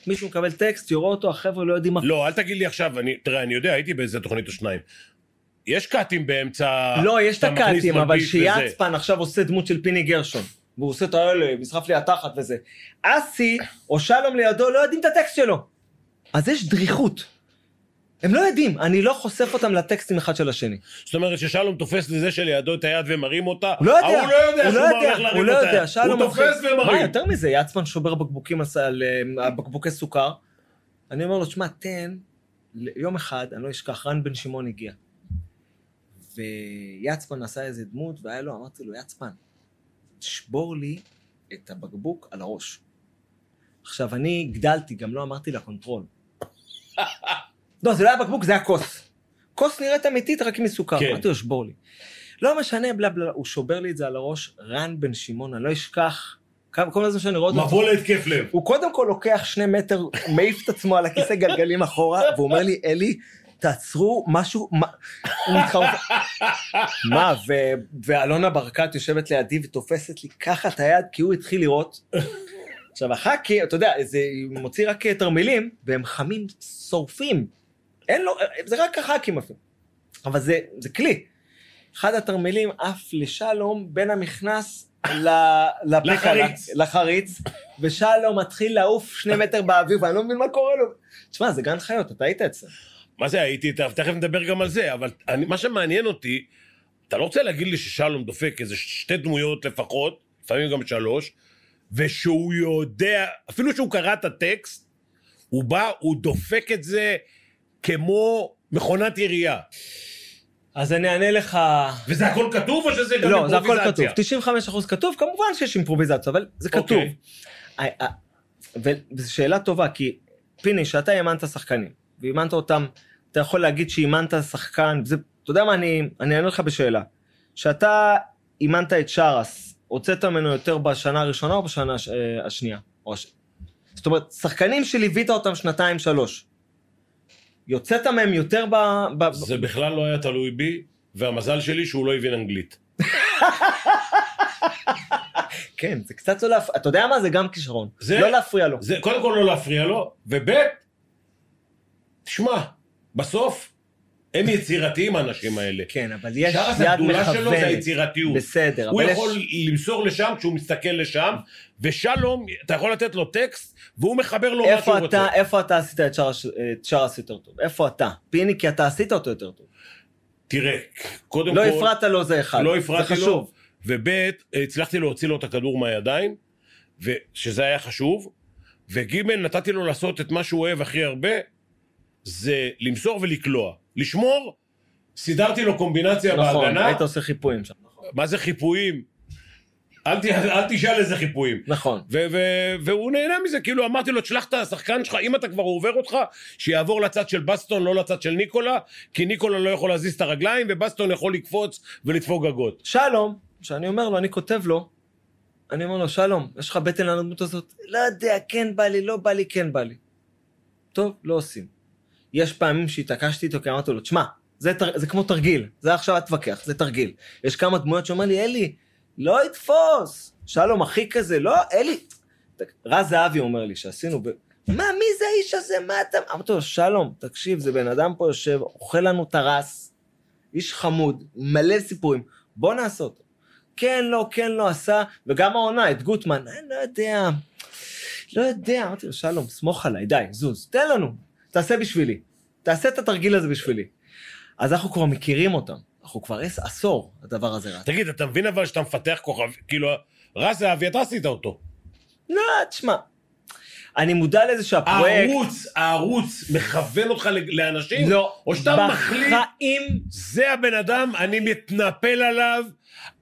Speaker 2: מישהו מקבל טקסט, יורה אותו, החבר'ה לא יודעים מה...
Speaker 1: לא, אל תגיד לי עכשיו, אני, תראה, אני יודע, הייתי באיזה תוכנית או שניים. יש קאטים באמצע...
Speaker 2: לא, יש את
Speaker 1: אתה מכניס
Speaker 2: הקאטים, אבל
Speaker 1: מרביץ וזה.
Speaker 2: שיאצפן עכשיו עושה דמות של פיני גרשון. והוא עושה את האלה, נשרף לי התחת וזה. אסי או שלום לידו לא יודעים את הטקסט שלו. אז יש דריכות. הם לא יודעים, אני לא חושף אותם לטקסטים אחד של השני.
Speaker 1: זאת אומרת ששלום תופס לזה שלידו את היד ומרים אותה.
Speaker 2: הוא לא יודע,
Speaker 1: ההוא לא יודע
Speaker 2: הוא
Speaker 1: שהוא
Speaker 2: לא
Speaker 1: כבר
Speaker 2: יודע,
Speaker 1: הולך להרים
Speaker 2: הוא לא
Speaker 1: אותה.
Speaker 2: יודע, שלום
Speaker 1: הוא תופס
Speaker 2: אחי. מה
Speaker 1: ומרים.
Speaker 2: יותר מזה, יצמן שובר בקבוקים עשה על אה, בקבוקי סוכר. אני אומר לו, שמע, תן, ל- יום אחד, אני לא אשכח, רן בן שמעון הגיע. ויצמן עשה איזה דמות, והיה לו, אמרתי לו, יצמן, תשבור לי את הבקבוק על הראש. עכשיו, אני הגדלתי, גם לא אמרתי לקונטרול. <laughs> לא, זה לא היה בקבוק, זה היה כוס. כוס נראית אמיתית רק מסוכר.
Speaker 1: כן.
Speaker 2: אמרתי לו, שבור לי. לא משנה, בלה בלה, הוא שובר לי את זה על הראש, רן בן שמעון, אני לא אשכח, כמה- כל הזמן שאני רואה אותו,
Speaker 1: מבוא להתקף לב.
Speaker 2: הוא קודם כל לוקח שני מטר, מעיף את עצמו על הכיסא גלגלים אחורה, ואומר לי, אלי, תעצרו משהו, מה, הוא מתחרפ... מה, ו- ואלונה ברקת יושבת לידי ותופסת לי ככה את היד, כי הוא התחיל לראות. עכשיו, הח"כי, אתה יודע, זה מוציא רק אה, תרמילים, והם חמים, שורפים. אין לו, אה, זה רק הח"כים אפילו. אבל זה, זה כלי. אחד התרמילים עף לשלום בין המכנס ל- לפה-
Speaker 1: לחריץ.
Speaker 2: לחריץ, ושלום מתחיל לעוף שני מטר באוויר, ואני לא מבין מה קורה לו. תשמע, זה גן חיות, אתה היית אצלם.
Speaker 1: מה זה הייתי איתו? תכף נדבר גם על זה, אבל אני, מה שמעניין אותי, אתה לא רוצה להגיד לי ששלום דופק איזה שתי דמויות לפחות, לפעמים גם שלוש, ושהוא יודע, אפילו שהוא קרא את הטקסט, הוא בא, הוא דופק את זה כמו מכונת ירייה.
Speaker 2: אז אני אענה לך...
Speaker 1: וזה הכל כתוב או שזה גם
Speaker 2: לא, זה הכל כתוב.
Speaker 1: אימפרוביזציה?
Speaker 2: 95% כתוב, כמובן שיש אימפרוביזציה, אבל זה כתוב. אה,
Speaker 1: אוקיי.
Speaker 2: ה- ה- ו- וזו שאלה טובה, כי פיני, שאתה אימנת שחקנים, ואימנת אותם, אתה יכול להגיד שאימנת שחקן, זה, אתה יודע מה, אני, אני אענה לך בשאלה. שאתה אימנת את שרס, הוצאת ממנו יותר בשנה הראשונה או בשנה הש- אה, השנייה? או הש... זאת אומרת, שחקנים שליווית אותם שנתיים, שלוש. יוצאת מהם יותר ב... ב...
Speaker 1: זה בכלל לא היה תלוי בי, והמזל שלי שהוא לא הבין אנגלית.
Speaker 2: כן, זה קצת לא להפריע, אתה יודע מה? זה גם כישרון.
Speaker 1: זה-
Speaker 2: לא להפריע לו.
Speaker 1: זה קודם כל לא להפריע לו, וב' תשמע, בסוף הם יצירתיים האנשים האלה.
Speaker 2: כן, אבל יש יד מכוונת.
Speaker 1: שרס הגדולה שלו זה היצירתיות.
Speaker 2: בסדר,
Speaker 1: הוא
Speaker 2: אבל
Speaker 1: יכול
Speaker 2: יש...
Speaker 1: למסור לשם כשהוא מסתכל לשם, ושלום, אתה יכול לתת לו טקסט, והוא מחבר לו מה שהוא
Speaker 2: איפה
Speaker 1: רוצה.
Speaker 2: אתה, איפה אתה עשית את שרס- את שרס יותר טוב? איפה אתה? פיני, כי אתה עשית אותו יותר טוב.
Speaker 1: תראה, קודם
Speaker 2: לא
Speaker 1: כל...
Speaker 2: הפרעת לו זה אחד.
Speaker 1: לא הפרעתי
Speaker 2: זה
Speaker 1: לו,
Speaker 2: חשוב.
Speaker 1: וב' הצלחתי להוציא לו את הכדור מהידיים, ו- שזה היה חשוב, וג' נתתי לו לעשות את מה שהוא אוהב הכי הרבה, זה למסור ולקלוע. לשמור, סידרתי לו קומבינציה
Speaker 2: נכון,
Speaker 1: בהגנה,
Speaker 2: היית עושה חיפויים שם. נכון.
Speaker 1: מה זה חיפויים? אל, ת- אל תשאל איזה חיפויים.
Speaker 2: נכון.
Speaker 1: ו- ו- והוא נהנה מזה, כאילו אמרתי לו, תשלח את השחקן שלך, אם אתה כבר עובר אותך, שיעבור לצד של בסטון, לא לצד של ניקולה, כי ניקולה לא יכול להזיז את הרגליים, ובסטון יכול לקפוץ ולדפוק גגות.
Speaker 2: שלום, שאני אומר לו, אני כותב לו, אני אומר לו, שלום, יש לך בטן לדמות הזאת? לא יודע, כן בא לי, לא בא לי, כן בא לי. טוב, לא עושים. יש פעמים שהתעקשתי איתו, כי אמרתי לו, תשמע, זה, תר... זה כמו תרגיל, זה עכשיו אל תתווכח, זה תרגיל. יש כמה דמויות שאומר לי, אלי, לא יתפוס. שלום, אחי כזה, לא, אלי. ת- רז זהבי אומר לי, שעשינו, ב... מה, מי זה האיש הזה, מה אתה... אמרתי לו, שלום, תקשיב, זה בן אדם פה יושב, אוכל לנו טרס, איש חמוד, מלא סיפורים, בוא נעשה אותו. כן, לא, כן, לא, עשה, וגם העונה, את גוטמן, אני לא יודע, לא יודע. אמרתי לו, שלום, סמוך עליי, די, זוז, תן לנו, תעשה בשבילי, תעשה את התרגיל הזה בשבילי. אז אנחנו כבר מכירים אותם, אנחנו כבר עש- עשור, הדבר הזה רץ.
Speaker 1: תגיד, אתה מבין אבל שאתה מפתח כוכב, כאילו, רז זהבי, אתה עשית אותו.
Speaker 2: לא, תשמע, אני מודע לזה שהפרויקט...
Speaker 1: הערוץ, הערוץ מכוון אותך ל- לאנשים?
Speaker 2: לא,
Speaker 1: או שאתה מחליט,
Speaker 2: בחיים
Speaker 1: זה הבן אדם, אני מתנפל עליו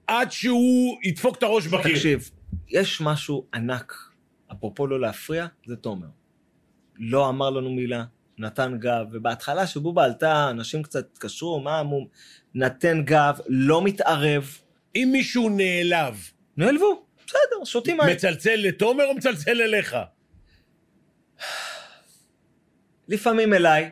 Speaker 1: עד שהוא ידפוק את הראש בקיר.
Speaker 2: תקשיב, יש משהו ענק, אפרופו לא להפריע, זה תומר. לא אמר לנו מילה, נתן גב, ובהתחלה שבובה עלתה, אנשים קצת קשרו, מה המום, נתן גב, לא מתערב,
Speaker 1: אם מישהו נעלב,
Speaker 2: נעלבו, בסדר, שותים מים.
Speaker 1: מצלצל לתומר או מצלצל אליך?
Speaker 2: לפעמים אליי,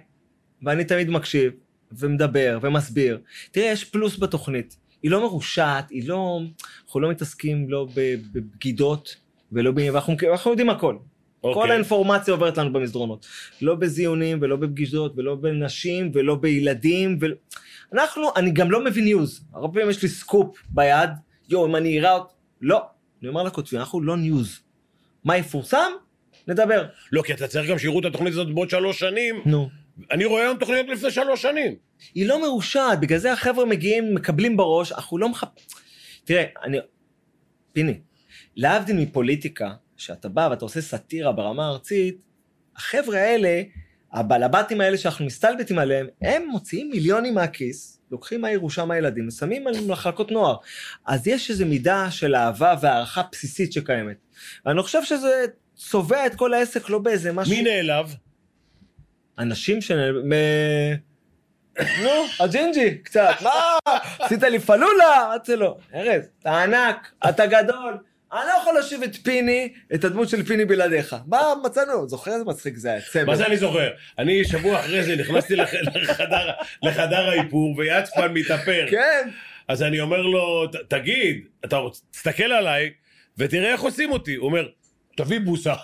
Speaker 2: ואני תמיד מקשיב, ומדבר, ומסביר. תראה, יש פלוס בתוכנית. היא לא מרושעת, היא לא... אנחנו לא מתעסקים לא בב- בבגידות ולא ב... ואנחנו, אנחנו יודעים הכל. Okay. כל
Speaker 1: אוקיי.
Speaker 2: האינפורמציה עוברת לנו במסדרונות. לא בזיונים ולא בפגישות ולא בנשים ולא בילדים. ו... אנחנו, אני גם לא מבין ניוז. הרבה פעמים יש לי סקופ ביד, יואו, אם אני אראה אותו... לא. אני אומר לכותבים, אנחנו לא ניוז. מה יפורסם? נדבר.
Speaker 1: לא, כי אתה צריך גם שיראו את התוכנית הזאת בעוד שלוש שנים.
Speaker 2: נו.
Speaker 1: אני רואה היום תוכניות לפני שלוש שנים.
Speaker 2: היא לא מרושעת, בגלל זה החבר'ה מגיעים, מקבלים בראש, אנחנו לא מחפ... תראה, אני... פיני, להבדיל מפוליטיקה, שאתה בא ואתה עושה סאטירה ברמה הארצית, החבר'ה האלה, הבעלבתים האלה שאנחנו מסתלבטים עליהם, הם מוציאים מיליונים מהכיס, לוקחים מהירושה מהילדים, ושמים על מחלקות נוער. אז יש איזו מידה של אהבה והערכה בסיסית שקיימת. ואני חושב שזה צובע את כל העסק לא באיזה משהו...
Speaker 1: מי נעלב?
Speaker 2: אנשים ש... מ- נו, הג'ינג'י, קצת, מה? עשית לי פלולה? אמרתי לו, ארז, אתה ענק, אתה גדול, אני לא יכול להושיב את פיני, את הדמות של פיני בלעדיך. מה מצאנו? זוכר איזה מצחיק זה היה,
Speaker 1: מה
Speaker 2: צמד.
Speaker 1: זה אני זוכר? אני שבוע אחרי זה נכנסתי לח- <laughs> לחדר- לחדר האיפור, ויצפן מתאפר.
Speaker 2: כן.
Speaker 1: אז אני אומר לו, "ת- תגיד, אתה רוצה, תסתכל עליי, ותראה איך עושים אותי. הוא אומר, תביא בוסה.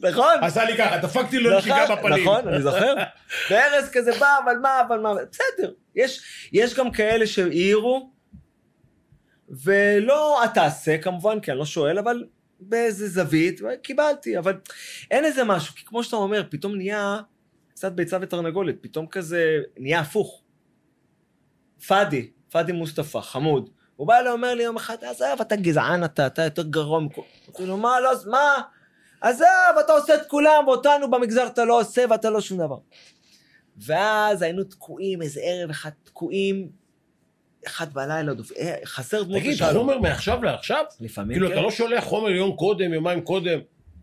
Speaker 2: נכון?
Speaker 1: עשה לי ככה, דפקתי לו נשיקה
Speaker 2: נכון,
Speaker 1: בפנים.
Speaker 2: נכון, אני
Speaker 1: <laughs>
Speaker 2: זוכר. וארז כזה בא, אבל מה, אבל מה, בסדר. יש, יש גם כאלה שהעירו, ולא את תעשה, כמובן, כי אני לא שואל, אבל באיזה זווית, קיבלתי, אבל אין איזה משהו, כי כמו שאתה אומר, פתאום נהיה קצת ביצה ותרנגולת, פתאום כזה נהיה הפוך. פאדי, פאדי מוסטפא, חמוד. הוא בא אליי, אומר לי יום אחד, עזב, אתה גזען, אתה, אתה יותר גרוע מכו... אמרתי לו, מה, לא, אז מה? עזב, אתה עושה את כולם, ואותנו במגזר אתה לא עושה, ואתה לא שום דבר. ואז היינו תקועים, איזה ערב אחד תקועים, אחד בלילה, דופ... אה, חסר דמות
Speaker 1: תגיד, לא
Speaker 2: לשלום.
Speaker 1: חומר מעכשיו לעכשיו?
Speaker 2: לפעמים כן.
Speaker 1: לא כאילו, אתה לא שולח חומר יום קודם, יומיים קודם.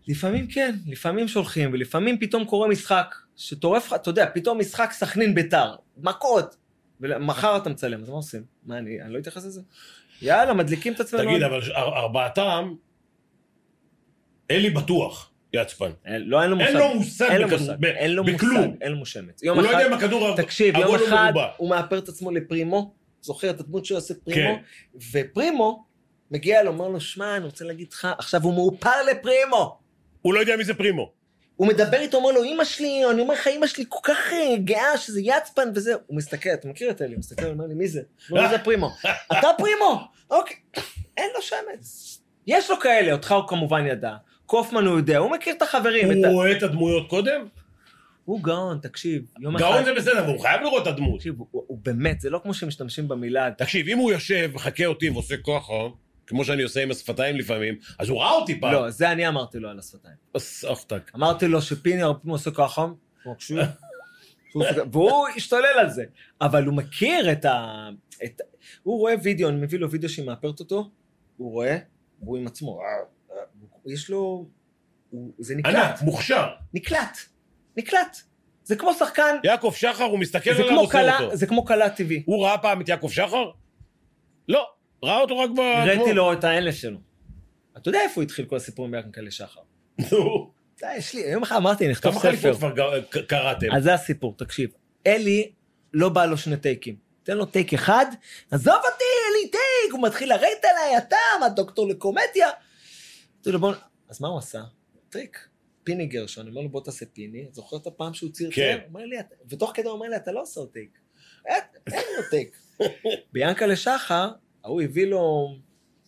Speaker 2: לפעמים כן, לפעמים שולחים, ולפעמים פתאום קורה משחק שטורף לך, אתה יודע, פתאום משחק סכנין ביתר, מכות, ומחר אתה מצלם, אז מה עושים? מה, אני, אני לא אתייחס לזה? יאללה, מדליקים את עצמנו.
Speaker 1: תגיד, אבל אר- ארבעתם, אלי בטוח, יצפן.
Speaker 2: אין- לא, אין לו מושג.
Speaker 1: אין לו מושג
Speaker 2: אין לו
Speaker 1: בכדור-
Speaker 2: מושג,
Speaker 1: ב-
Speaker 2: אין לו מושג,
Speaker 1: בכלום.
Speaker 2: אין לו שמץ.
Speaker 1: הוא לא יודע אם הכדור עבר-
Speaker 2: תקשיב, יום
Speaker 1: עגול או
Speaker 2: אחד
Speaker 1: לא מרובע.
Speaker 2: הוא מאפר את עצמו לפרימו, זוכר את הדמות שהוא עושה פרימו,
Speaker 1: כן.
Speaker 2: ופרימו מגיע אליו, אומר לו, שמע, אני רוצה להגיד לך, עכשיו הוא מאופר לפרימו.
Speaker 1: הוא לא יודע מי זה פרימו.
Speaker 2: הוא מדבר איתו, אומר לו, אמא שלי, אני אומר לך, אמא שלי כל כך אה, גאה שזה יצפן וזה. הוא מסתכל, אתה מכיר את אלי, הוא מסתכל, הוא אומר לי, מי זה? הוא אומר, "מי
Speaker 1: <laughs>
Speaker 2: זה פרימו. אתה פרימו! אוקיי. אין לו שמץ. יש לו כאלה, אותך הוא כמובן ידע. קופמן הוא יודע, הוא מכיר את החברים. את ה-
Speaker 1: הוא רואה את הדמויות קודם?
Speaker 2: הוא גאון, תקשיב. יום אחד...
Speaker 1: גאון זה בסדר, אבל הוא חייב לראות את הדמות.
Speaker 2: תקשיב, הוא, הוא באמת, זה לא כמו שמשתמשים במילה.
Speaker 1: תקשיב, אם הוא יושב, מחכה אותי ועושה ככה, כמו שאני עושה עם השפתיים לפעמים, אז הוא ראה אותי פעם.
Speaker 2: לא, זה אני אמרתי לו על השפתיים.
Speaker 1: סחטק.
Speaker 2: אמרתי לו שפיני הרבה פעמים עושה ככה, הוא מקשיב, שהוא עושה ככה, <laughs> והוא השתולל על זה. אבל הוא מכיר את ה... את... הוא רואה וידאו, אני מביא לו וידאו שהיא מאפרת אותו, הוא רואה, והוא עם עצמו, אה, אה, יש לו... הוא... זה נקלט,
Speaker 1: ענק, מוכשר.
Speaker 2: נקלט, נקלט. זה כמו שחקן,
Speaker 1: יעקב שחר, כן, לא, הוא מסתכל
Speaker 2: זה
Speaker 1: עליו,
Speaker 2: כמו
Speaker 1: עושה
Speaker 2: קלה-
Speaker 1: אותו.
Speaker 2: זה כמו קלה טבעי.
Speaker 1: הוא ראה פעם את יעקב שחר? לא, ראה אותו רק ב... <laughs>
Speaker 2: הראיתי
Speaker 1: כמו-
Speaker 2: לו את האלה שלו. אתה יודע איפה הוא התחיל כל הסיפור עם יענקלה שחר?
Speaker 1: נו,
Speaker 2: אתה, יש לי, יום אחד אמרתי, נכתוב
Speaker 1: כמה
Speaker 2: ספר.
Speaker 1: חליפות כבר ג- ק- קראתם?
Speaker 2: אז זה הסיפור, תקשיב. אלי, לא בא לו שני טייקים. תן לו טייק אחד, עזוב אותי, אלי טייק, הוא מתחיל לרדת עליי, אתה, מה, דוקטור לקומדיה? אמרתי לו, בוא, נ- אז מה הוא עשה? טריק. פיני גרשון, אומר לו, בוא תעשה פיני, זוכר את הפעם שהוא ציר
Speaker 1: כן.
Speaker 2: ציר? אומר לי, "אתה-" ותוך כדי הוא אומר לי, אתה לא עושה עוד טייק. אין אין לו טייק. ביאנקלה שחר, ההוא הביא לו,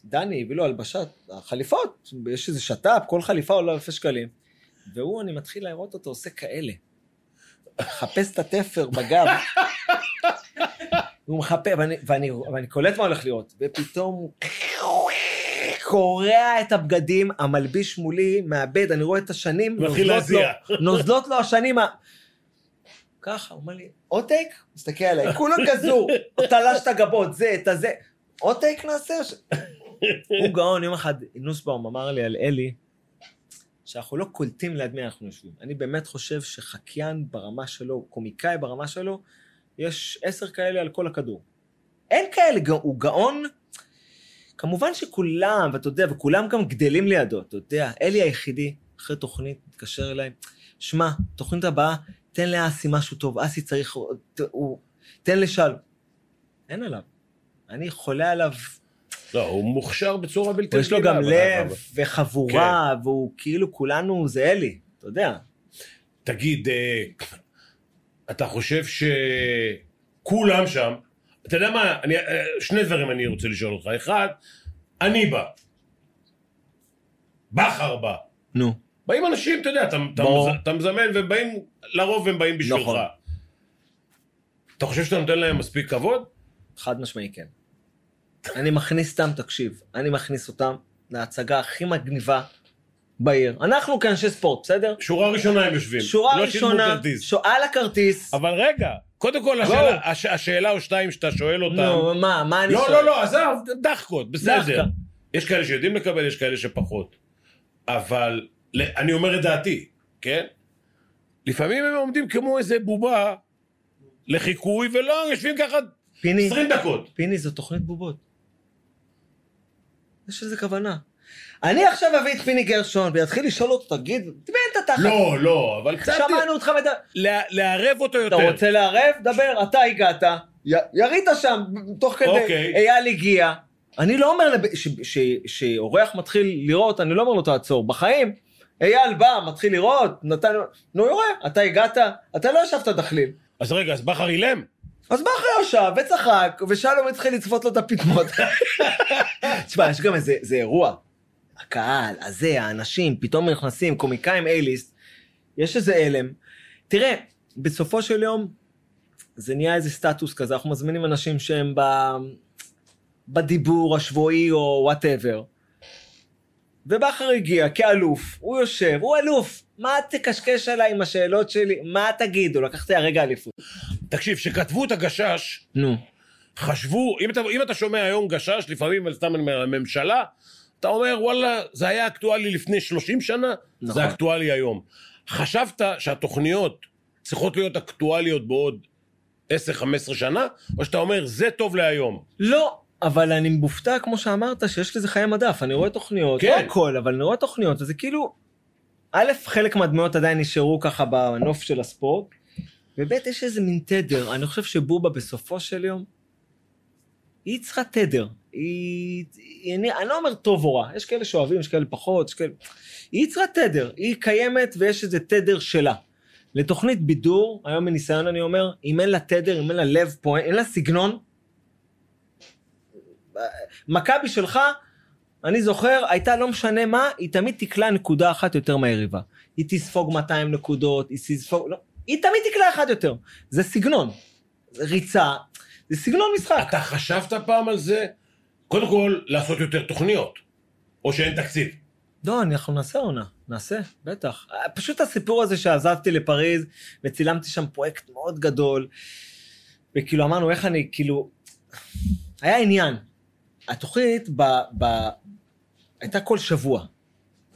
Speaker 2: דני הביא לו הלבשה, חליפות, יש איזה שת"פ, כל חליפה עולה אלפי שקלים. והוא, אני מתחיל לראות אותו עושה כאלה. מחפש את התפר בגב. הוא מחפה, ואני, ואני, ואני קולט מה הולך לראות, ופתאום הוא קורע את הבגדים, המלביש מולי מאבד, אני רואה את השנים,
Speaker 1: מתחיל
Speaker 2: נוזלות לו-
Speaker 1: להזיע.
Speaker 2: נוזלות לו השנים ה... ככה, הוא אומר לי, עוד טייק? מסתכל עליי, כולו גזור, תלש את הגבות, זה, את הזה. עוד טייק נעשה? או ש-" הוא גאון, יום אחד נוסבאום אמר לי על אלי, שאנחנו לא קולטים ליד מי אנחנו יושבים. אני באמת חושב שחקיין ברמה שלו, קומיקאי ברמה שלו, יש עשר כאלה על כל הכדור. אין כאלה, גא- הוא גאון. כמובן שכולם, ואתה יודע, וכולם גם גדלים לידו, אתה יודע. אלי היחידי, אחרי תוכנית, מתקשר אליי, שמע, תוכנית הבאה, תן לאסי משהו טוב, אסי צריך... עוד- ת- הוא, תן לשל. אין עליו. אני חולה עליו.
Speaker 1: לא, הוא מוכשר בצורה בלתי
Speaker 2: יש לו
Speaker 1: רגילה,
Speaker 2: גם
Speaker 1: אבל-
Speaker 2: לב
Speaker 1: אבל-
Speaker 2: וחבורה,
Speaker 1: כן.
Speaker 2: והוא כאילו כולנו, זה אלי, אתה יודע.
Speaker 1: תגיד, אה, אתה חושב שכולם שם, אתה יודע מה, אני, אה, שני דברים אני רוצה לשאול אותך. אחד, אני בא. בכר בא.
Speaker 2: נו.
Speaker 1: באים אנשים, אתה יודע, אתה, אתה,
Speaker 2: ברור.
Speaker 1: מז, אתה מזמן, והם באים, לרוב הם באים בשבילך.
Speaker 2: נכון.
Speaker 1: אתה חושב שאתה נותן להם מספיק כבוד?
Speaker 2: חד משמעי כן. אני מכניס אותם, תקשיב, אני מכניס אותם להצגה הכי מגניבה בעיר. אנחנו כאנשי ספורט, בסדר?
Speaker 1: שורה ראשונה הם יושבים.
Speaker 2: שורה
Speaker 1: לא שילמו
Speaker 2: ראשונה,
Speaker 1: כרטיס.
Speaker 2: שואל הכרטיס.
Speaker 1: אבל רגע, קודם כל, השאלה, הש, השאלה או שתיים שאתה שואל אותם...
Speaker 2: לא. נו, מה, מה אני
Speaker 1: לא,
Speaker 2: שואל?
Speaker 1: לא, לא, עזב, דחקות, בסדר.
Speaker 2: דחקה.
Speaker 1: יש כאלה שיודעים לקבל, יש כאלה שפחות. אבל ל- אני אומר את דעתי, כן? לפעמים הם עומדים כמו איזה בובה לחיקוי, ולא, יושבים ככה
Speaker 2: פיני,
Speaker 1: 20 דקות.
Speaker 2: פיני, זו תוכנית בובות. יש לזה כוונה. אני עכשיו אביא את פיני גרשון ויתחיל לשאול אותו, תגיד, תבין את התחת.
Speaker 1: לא, לא, אבל קצת
Speaker 2: שמענו אותך מדבר.
Speaker 1: לה- לערב אותו
Speaker 2: אתה
Speaker 1: יותר.
Speaker 2: רוצה לערב? דבר, אתה הגעת, י- ירית שם, תוך כדי,
Speaker 1: אוקיי.
Speaker 2: אייל הגיע. אני לא אומר, לב- ש- ש- שאורח מתחיל לראות, אני לא אומר לו תעצור, בחיים. אייל בא, מתחיל לראות, נתן, נו יורה, אתה הגעת, אתה לא ישבת דחליל.
Speaker 1: אז רגע, אז בכר אילם?
Speaker 2: אז בכר ישב וצחק, ושלום התחיל לצפות לו את הפיתמות. <laughs> תשמע, יש גם איזה זה אירוע. הקהל, הזה, האנשים, פתאום נכנסים, קומיקאים אייליסט, יש איזה הלם. תראה, בסופו של יום, זה נהיה איזה סטטוס כזה, אנחנו מזמינים אנשים שהם ב... בדיבור השבועי או וואטאבר. ובכר הגיע כאלוף, הוא יושב, הוא אלוף, מה תקשקש עליי עם השאלות שלי? מה תגידו? לקחתי הרגע אליפות.
Speaker 1: תקשיב, כשכתבו את הגשש,
Speaker 2: נו.
Speaker 1: חשבו, אם אתה, אם אתה שומע היום גשש, לפעמים, סתם אני אומר, הממשלה, אתה אתה אומר, וואלה, זה היה אקטואלי לפני 30 שנה, נכון.
Speaker 2: נכון.
Speaker 1: זה אקטואלי היום. חשבת שהתוכניות צריכות להיות אקטואליות בעוד 10-15 שנה, או שאתה אומר, זה טוב להיום?
Speaker 2: לא, אבל אני מופתע, כמו שאמרת, שיש לזה חיי מדף. אני רואה תוכניות,
Speaker 1: כן.
Speaker 2: לא הכל, אבל אני רואה תוכניות, וזה כאילו... א', חלק מהדמויות עדיין נשארו ככה בנוף של הספורט, וב', יש איזה מין תדר. אני חושב שבובה בסופו של יום, היא צריכה תדר. היא... היא... אני, אני לא אומר טוב או רע, יש כאלה שאוהבים, יש כאלה פחות, יש כאלה... היא יצרה תדר, היא קיימת ויש איזה תדר שלה. לתוכנית בידור, היום מניסיון אני אומר, אם אין לה תדר, אם אין לה לב פה, אין לה סגנון. מכבי שלך, אני זוכר, הייתה לא משנה מה, היא תמיד תקלע נקודה אחת יותר מהיריבה. היא תספוג 200 נקודות, היא תספוג... לא, היא תמיד תקלע אחת יותר. זה סגנון. זה ריצה, זה סגנון משחק.
Speaker 1: אתה חשבת פעם על זה? קודם כל, לעשות יותר תוכניות, או שאין תקציב.
Speaker 2: לא, אנחנו נעשה עונה, נעשה, בטח. אה, פשוט הסיפור הזה שעזבתי לפריז וצילמתי שם פרויקט מאוד גדול, וכאילו אמרנו, איך אני, כאילו... היה עניין. התוכנית ב... ב... הייתה כל שבוע.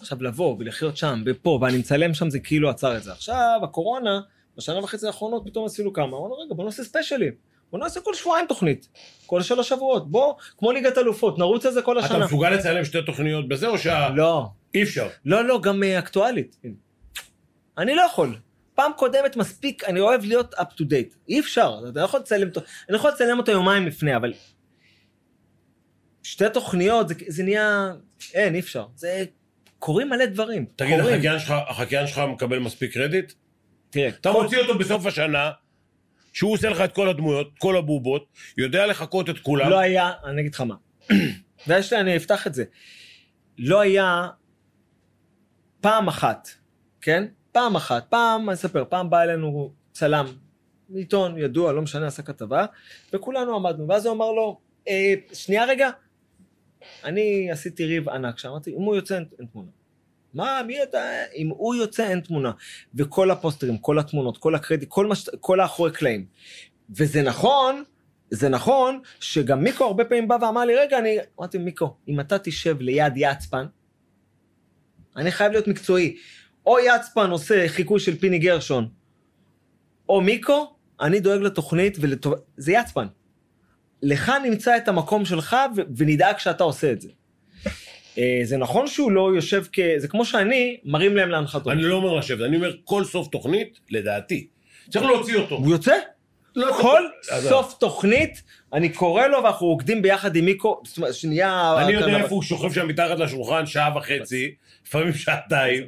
Speaker 2: עכשיו לבוא ולחיות שם ופה, ואני מצלם שם, זה כאילו עצר את זה. עכשיו, הקורונה, בשנה וחצי האחרונות פתאום עשינו כמה, אמרנו, רגע, בוא נעשה ספיישלים. בוא נעשה כל שבועיים תוכנית, כל שלוש שבועות. בוא, כמו ליגת אלופות, נרוץ על זה כל
Speaker 1: אתה
Speaker 2: השנה.
Speaker 1: מסוגל לצלם שתי תוכניות בזה, או שאי
Speaker 2: לא,
Speaker 1: אפשר?
Speaker 2: לא, לא, גם אה, אקטואלית. אני לא יכול. פעם קודמת מספיק, אני אוהב להיות up to date. אי אפשר, אתה לא יכול לצלם אותו, אני יכול לצלם אותו יומיים לפני, אבל... שתי תוכניות, זה, זה נהיה... אין, אי אפשר. זה... קורים מלא דברים.
Speaker 1: תגיד, כן.
Speaker 2: קורים.
Speaker 1: החקיין שלך, החקיין שלך מקבל מספיק קרדיט?
Speaker 2: תראה,
Speaker 1: אתה
Speaker 2: כל-
Speaker 1: מוציא אותו בסוף השנה, שהוא עושה לך את כל הדמויות, כל הבובות, יודע לחקות את כולם.
Speaker 2: לא היה, אני אגיד לך מה. <clears throat> ויש לי, אני אפתח את זה. לא היה פעם אחת, כן? פעם אחת, פעם, אני אספר, פעם בא אלינו צלם, עיתון ידוע, לא משנה, עשה כתבה, וכולנו עמדנו, ואז הוא אמר לו, אה, שנייה רגע, אני עשיתי ריב ענק שם, אמרתי, אם הוא יוצא אין, אין תמונה. מה, מי אתה? אם הוא יוצא אין תמונה. וכל הפוסטרים, כל התמונות, כל הקרדיט, כל, מש... כל האחורי קלעים. וזה נכון, זה נכון שגם מיקו הרבה פעמים בא ואמר לי, רגע, אני... אמרתי, מיקו, אם אתה תשב ליד יצפן, אני חייב להיות מקצועי. או יצפן עושה חיקוי של פיני גרשון, או מיקו, אני דואג לתוכנית ולטוב... זה יצפן. לך נמצא את המקום שלך ו- ונדאג שאתה עושה את זה. אה, זה נכון שהוא לא יושב כ... זה כמו שאני, מרים להם להנחתות.
Speaker 1: אני לא אומר לשבת, אני אומר כל סוף תוכנית, לדעתי. צריך להוציא אותו.
Speaker 2: הוא יוצא?
Speaker 1: לא,
Speaker 2: כל
Speaker 1: אז-
Speaker 2: סוף תוכנית, אני קורא לו ואנחנו רוקדים ביחד עם מיקו, זאת אומרת, שנייה...
Speaker 1: אני יודע איפה הוא שוכב שם מתחת לשולחן שעה וחצי, לפעמים שעתיים,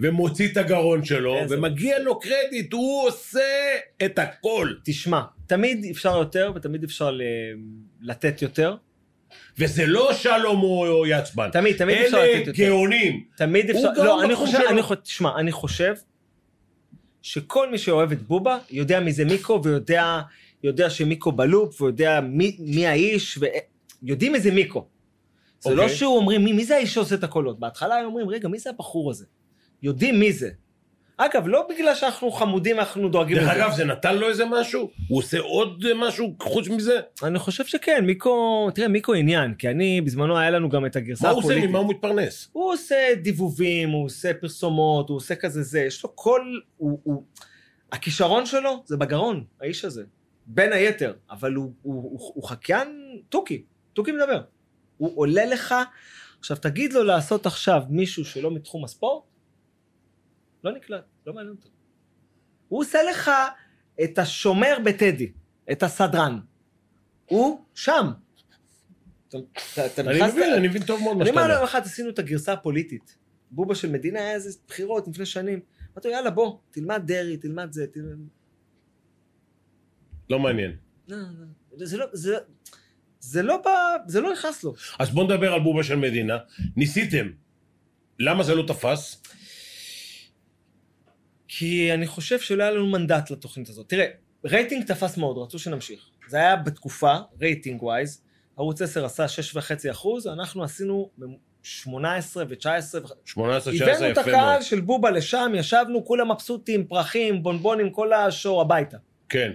Speaker 1: ומוציא את הגרון שלו,
Speaker 2: איזה-
Speaker 1: ומגיע לו קרדיט, הוא עושה את הכל.
Speaker 2: תשמע, תמיד אפשר יותר ותמיד אפשר ל... לתת יותר.
Speaker 1: וזה לא שלום או יצבן.
Speaker 2: תמיד, תמיד אפשר
Speaker 1: אלה
Speaker 2: לתת יותר.
Speaker 1: גאונים.
Speaker 2: תמיד
Speaker 1: הוא
Speaker 2: אפשר...
Speaker 1: גאון
Speaker 2: לא, אני
Speaker 1: בתחום
Speaker 2: חושב,
Speaker 1: שלו.
Speaker 2: אני חושב... תשמע, אני חושב שכל מי שאוהב את בובה יודע מי זה מיקו ויודע יודע שמיקו בלופ ויודע מי, מי האיש ויודעים מי זה מיקו. זה לא
Speaker 1: אוקיי.
Speaker 2: שהוא אומרים, מי, מי זה האיש שעושה את הקולות? בהתחלה היו אומרים, רגע, מי זה הבחור הזה? יודעים מי זה. אגב, לא בגלל שאנחנו חמודים, אנחנו דואגים
Speaker 1: דרך אגב, זה נתן לו איזה משהו? הוא עושה עוד משהו חוץ מזה?
Speaker 2: אני חושב שכן, מיקו, תראה, מיקו עניין, כי אני, בזמנו היה לנו גם את הגרסה
Speaker 1: מה הוא
Speaker 2: הפוליטית.
Speaker 1: עושה? ממה הוא מתפרנס?
Speaker 2: הוא עושה דיבובים, הוא עושה פרסומות, הוא עושה כזה זה, יש לו כל... הוא, הוא... הכישרון שלו זה בגרון, האיש הזה. בין היתר, אבל הוא, הוא, הוא, הוא חקיין תוכי, תוכי מדבר. הוא עולה לך, עכשיו תגיד לו לעשות עכשיו מישהו שלא מתחום הספורט, לא נקלט, לא מעניין אותו. הוא עושה לך את השומר בטדי, את הסדרן. הוא שם. אתה, אתה, אתה
Speaker 1: אני
Speaker 2: נכנס-
Speaker 1: מבין, אני מבין טוב מאוד מה
Speaker 2: אני
Speaker 1: שאתה
Speaker 2: אומר לו
Speaker 1: אומר.
Speaker 2: יום אחד עשינו את הגרסה הפוליטית. בובה של מדינה היה איזה בחירות לפני שנים. אמרתי לו, יאללה, בוא, תלמד דרעי, תלמד זה, תלמד...
Speaker 1: לא מעניין.
Speaker 2: לא, לא, זה לא... זה... זה לא ב... זה לא נכנס לו.
Speaker 1: אז בוא נדבר על בובה של מדינה. ניסיתם. למה זה לא תפס?
Speaker 2: כי אני חושב שלא היה לנו מנדט לתוכנית הזאת. תראה, רייטינג תפס מאוד, רצו שנמשיך. זה היה בתקופה, רייטינג ווייז, ערוץ 10 עשה 6.5 אחוז, אנחנו עשינו 18 ו-19
Speaker 1: 18, 19,
Speaker 2: הבאנו את
Speaker 1: יפה מאוד.
Speaker 2: הקהל של בובה לשם, ישבנו, כולם מבסוטים, פרחים, בונבונים, כל השור הביתה.
Speaker 1: כן.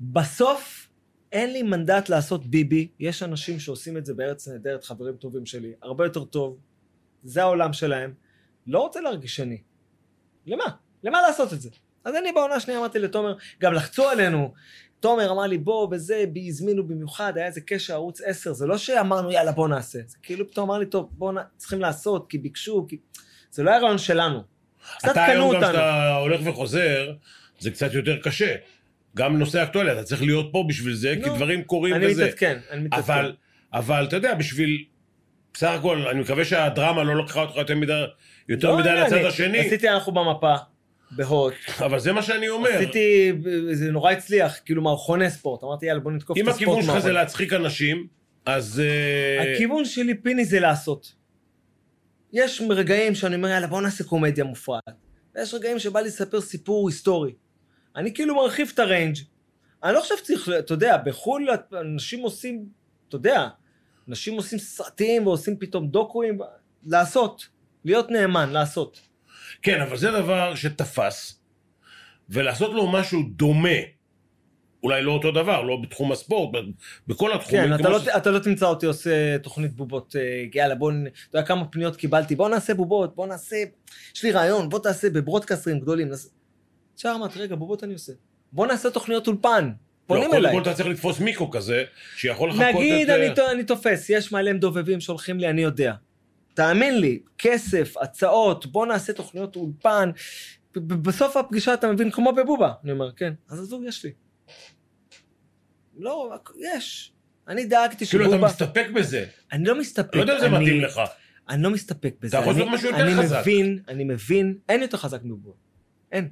Speaker 2: בסוף אין לי מנדט לעשות ביבי, יש אנשים שעושים את זה בארץ נהדרת, חברים טובים שלי, הרבה יותר טוב, זה העולם שלהם, לא רוצה להרגיש עני. למה? למה לעשות את זה? אז אני בעונה השנייה אמרתי לתומר, גם לחצו עלינו. תומר אמר לי, בוא, וזה, בי הזמינו במיוחד, היה איזה קשר ערוץ 10, זה לא שאמרנו, יאללה, בוא נעשה. זה כאילו פתאום אמר לי, טוב, בוא, נ... צריכים לעשות, כי ביקשו, כי... זה לא היה רעיון שלנו. קצת
Speaker 1: אתה
Speaker 2: קנו
Speaker 1: היום גם
Speaker 2: אותנו.
Speaker 1: כשאתה הולך וחוזר, זה קצת יותר קשה. גם נושא האקטואליה, אתה צריך להיות פה בשביל זה, כי
Speaker 2: נו,
Speaker 1: דברים קורים
Speaker 2: אני
Speaker 1: וזה.
Speaker 2: מתעדכן, אני מתעדכן.
Speaker 1: אבל, אבל אתה יודע, בשביל... בסך הכל, אני מקווה שהדרמה לא לקחה אותך יותר מדי, יותר
Speaker 2: לא,
Speaker 1: מדי
Speaker 2: הנה,
Speaker 1: לצד
Speaker 2: אני-
Speaker 1: השני,
Speaker 2: עשיתי אנחנו במפה, בהוט.
Speaker 1: אבל זה מה שאני אומר.
Speaker 2: עשיתי, זה נורא הצליח, כאילו מערכוני ספורט. אמרתי, יאללה, בוא נתקוף את
Speaker 1: אם
Speaker 2: הספורט.
Speaker 1: הכיוון שלך זה
Speaker 2: מערכון."
Speaker 1: להצחיק אנשים, אז... אה,
Speaker 2: הכיוון שלי, פיני, זה לעשות. יש רגעים שאני אומר, יאללה, בוא נעשה קומדיה מופרעת. ויש רגעים שבא לי לספר סיפור היסטורי. אני כאילו מרחיב את הריינג'. אני לא חושב שצריך, אתה יודע, בחו"ל אנשים עושים, אתה יודע, אנשים עושים סרטים ועושים פתאום דוקואים. לעשות. להיות נאמן, לעשות.
Speaker 1: כן, אבל זה דבר שתפס, ולעשות לו משהו דומה, אולי לא אותו דבר, לא בתחום הספורט, ב- בכל התחומים.
Speaker 2: כן, אתה
Speaker 1: כמו
Speaker 2: לא,
Speaker 1: ש-
Speaker 2: אתה לא תמצא אותי עושה תוכנית בובות, אה, יאללה, בוא, נ- אתה יודע כמה פניות קיבלתי, בוא נעשה בובות, בוא נעשה, יש לי רעיון, בוא תעשה בברודקאסטרים גדולים. נעשה... אפשר אמרת, רגע, בובות אני עושה. בוא נעשה תוכניות אולפן, פונים
Speaker 1: לא,
Speaker 2: אליי.
Speaker 1: קודם כל אתה צריך לתפוס מיקרו כזה, שיכול לחכות את...
Speaker 2: נגיד, אני,
Speaker 1: אה,
Speaker 2: ת- אני תופס, יש מלא מדובבים שהולכים לי, אני יודע. תאמין לי, כסף, הצעות, בוא נעשה תוכניות אולפן. ב- ב- בסוף הפגישה אתה מבין כמו בבובה. אני אומר, כן. אז עזוב, יש לי. לא, יש. אני דאגתי שבובה...
Speaker 1: כאילו, אתה מסתפק בזה.
Speaker 2: אני לא מסתפק.
Speaker 1: אני לא יודע אם זה
Speaker 2: אני-
Speaker 1: מתאים לך.
Speaker 2: אני לא מסתפק בזה.
Speaker 1: אתה יכול
Speaker 2: אני-
Speaker 1: לעשות משהו יותר חזק.
Speaker 2: אני מבין, אני מבין, אין יותר חזק מבובה. אין.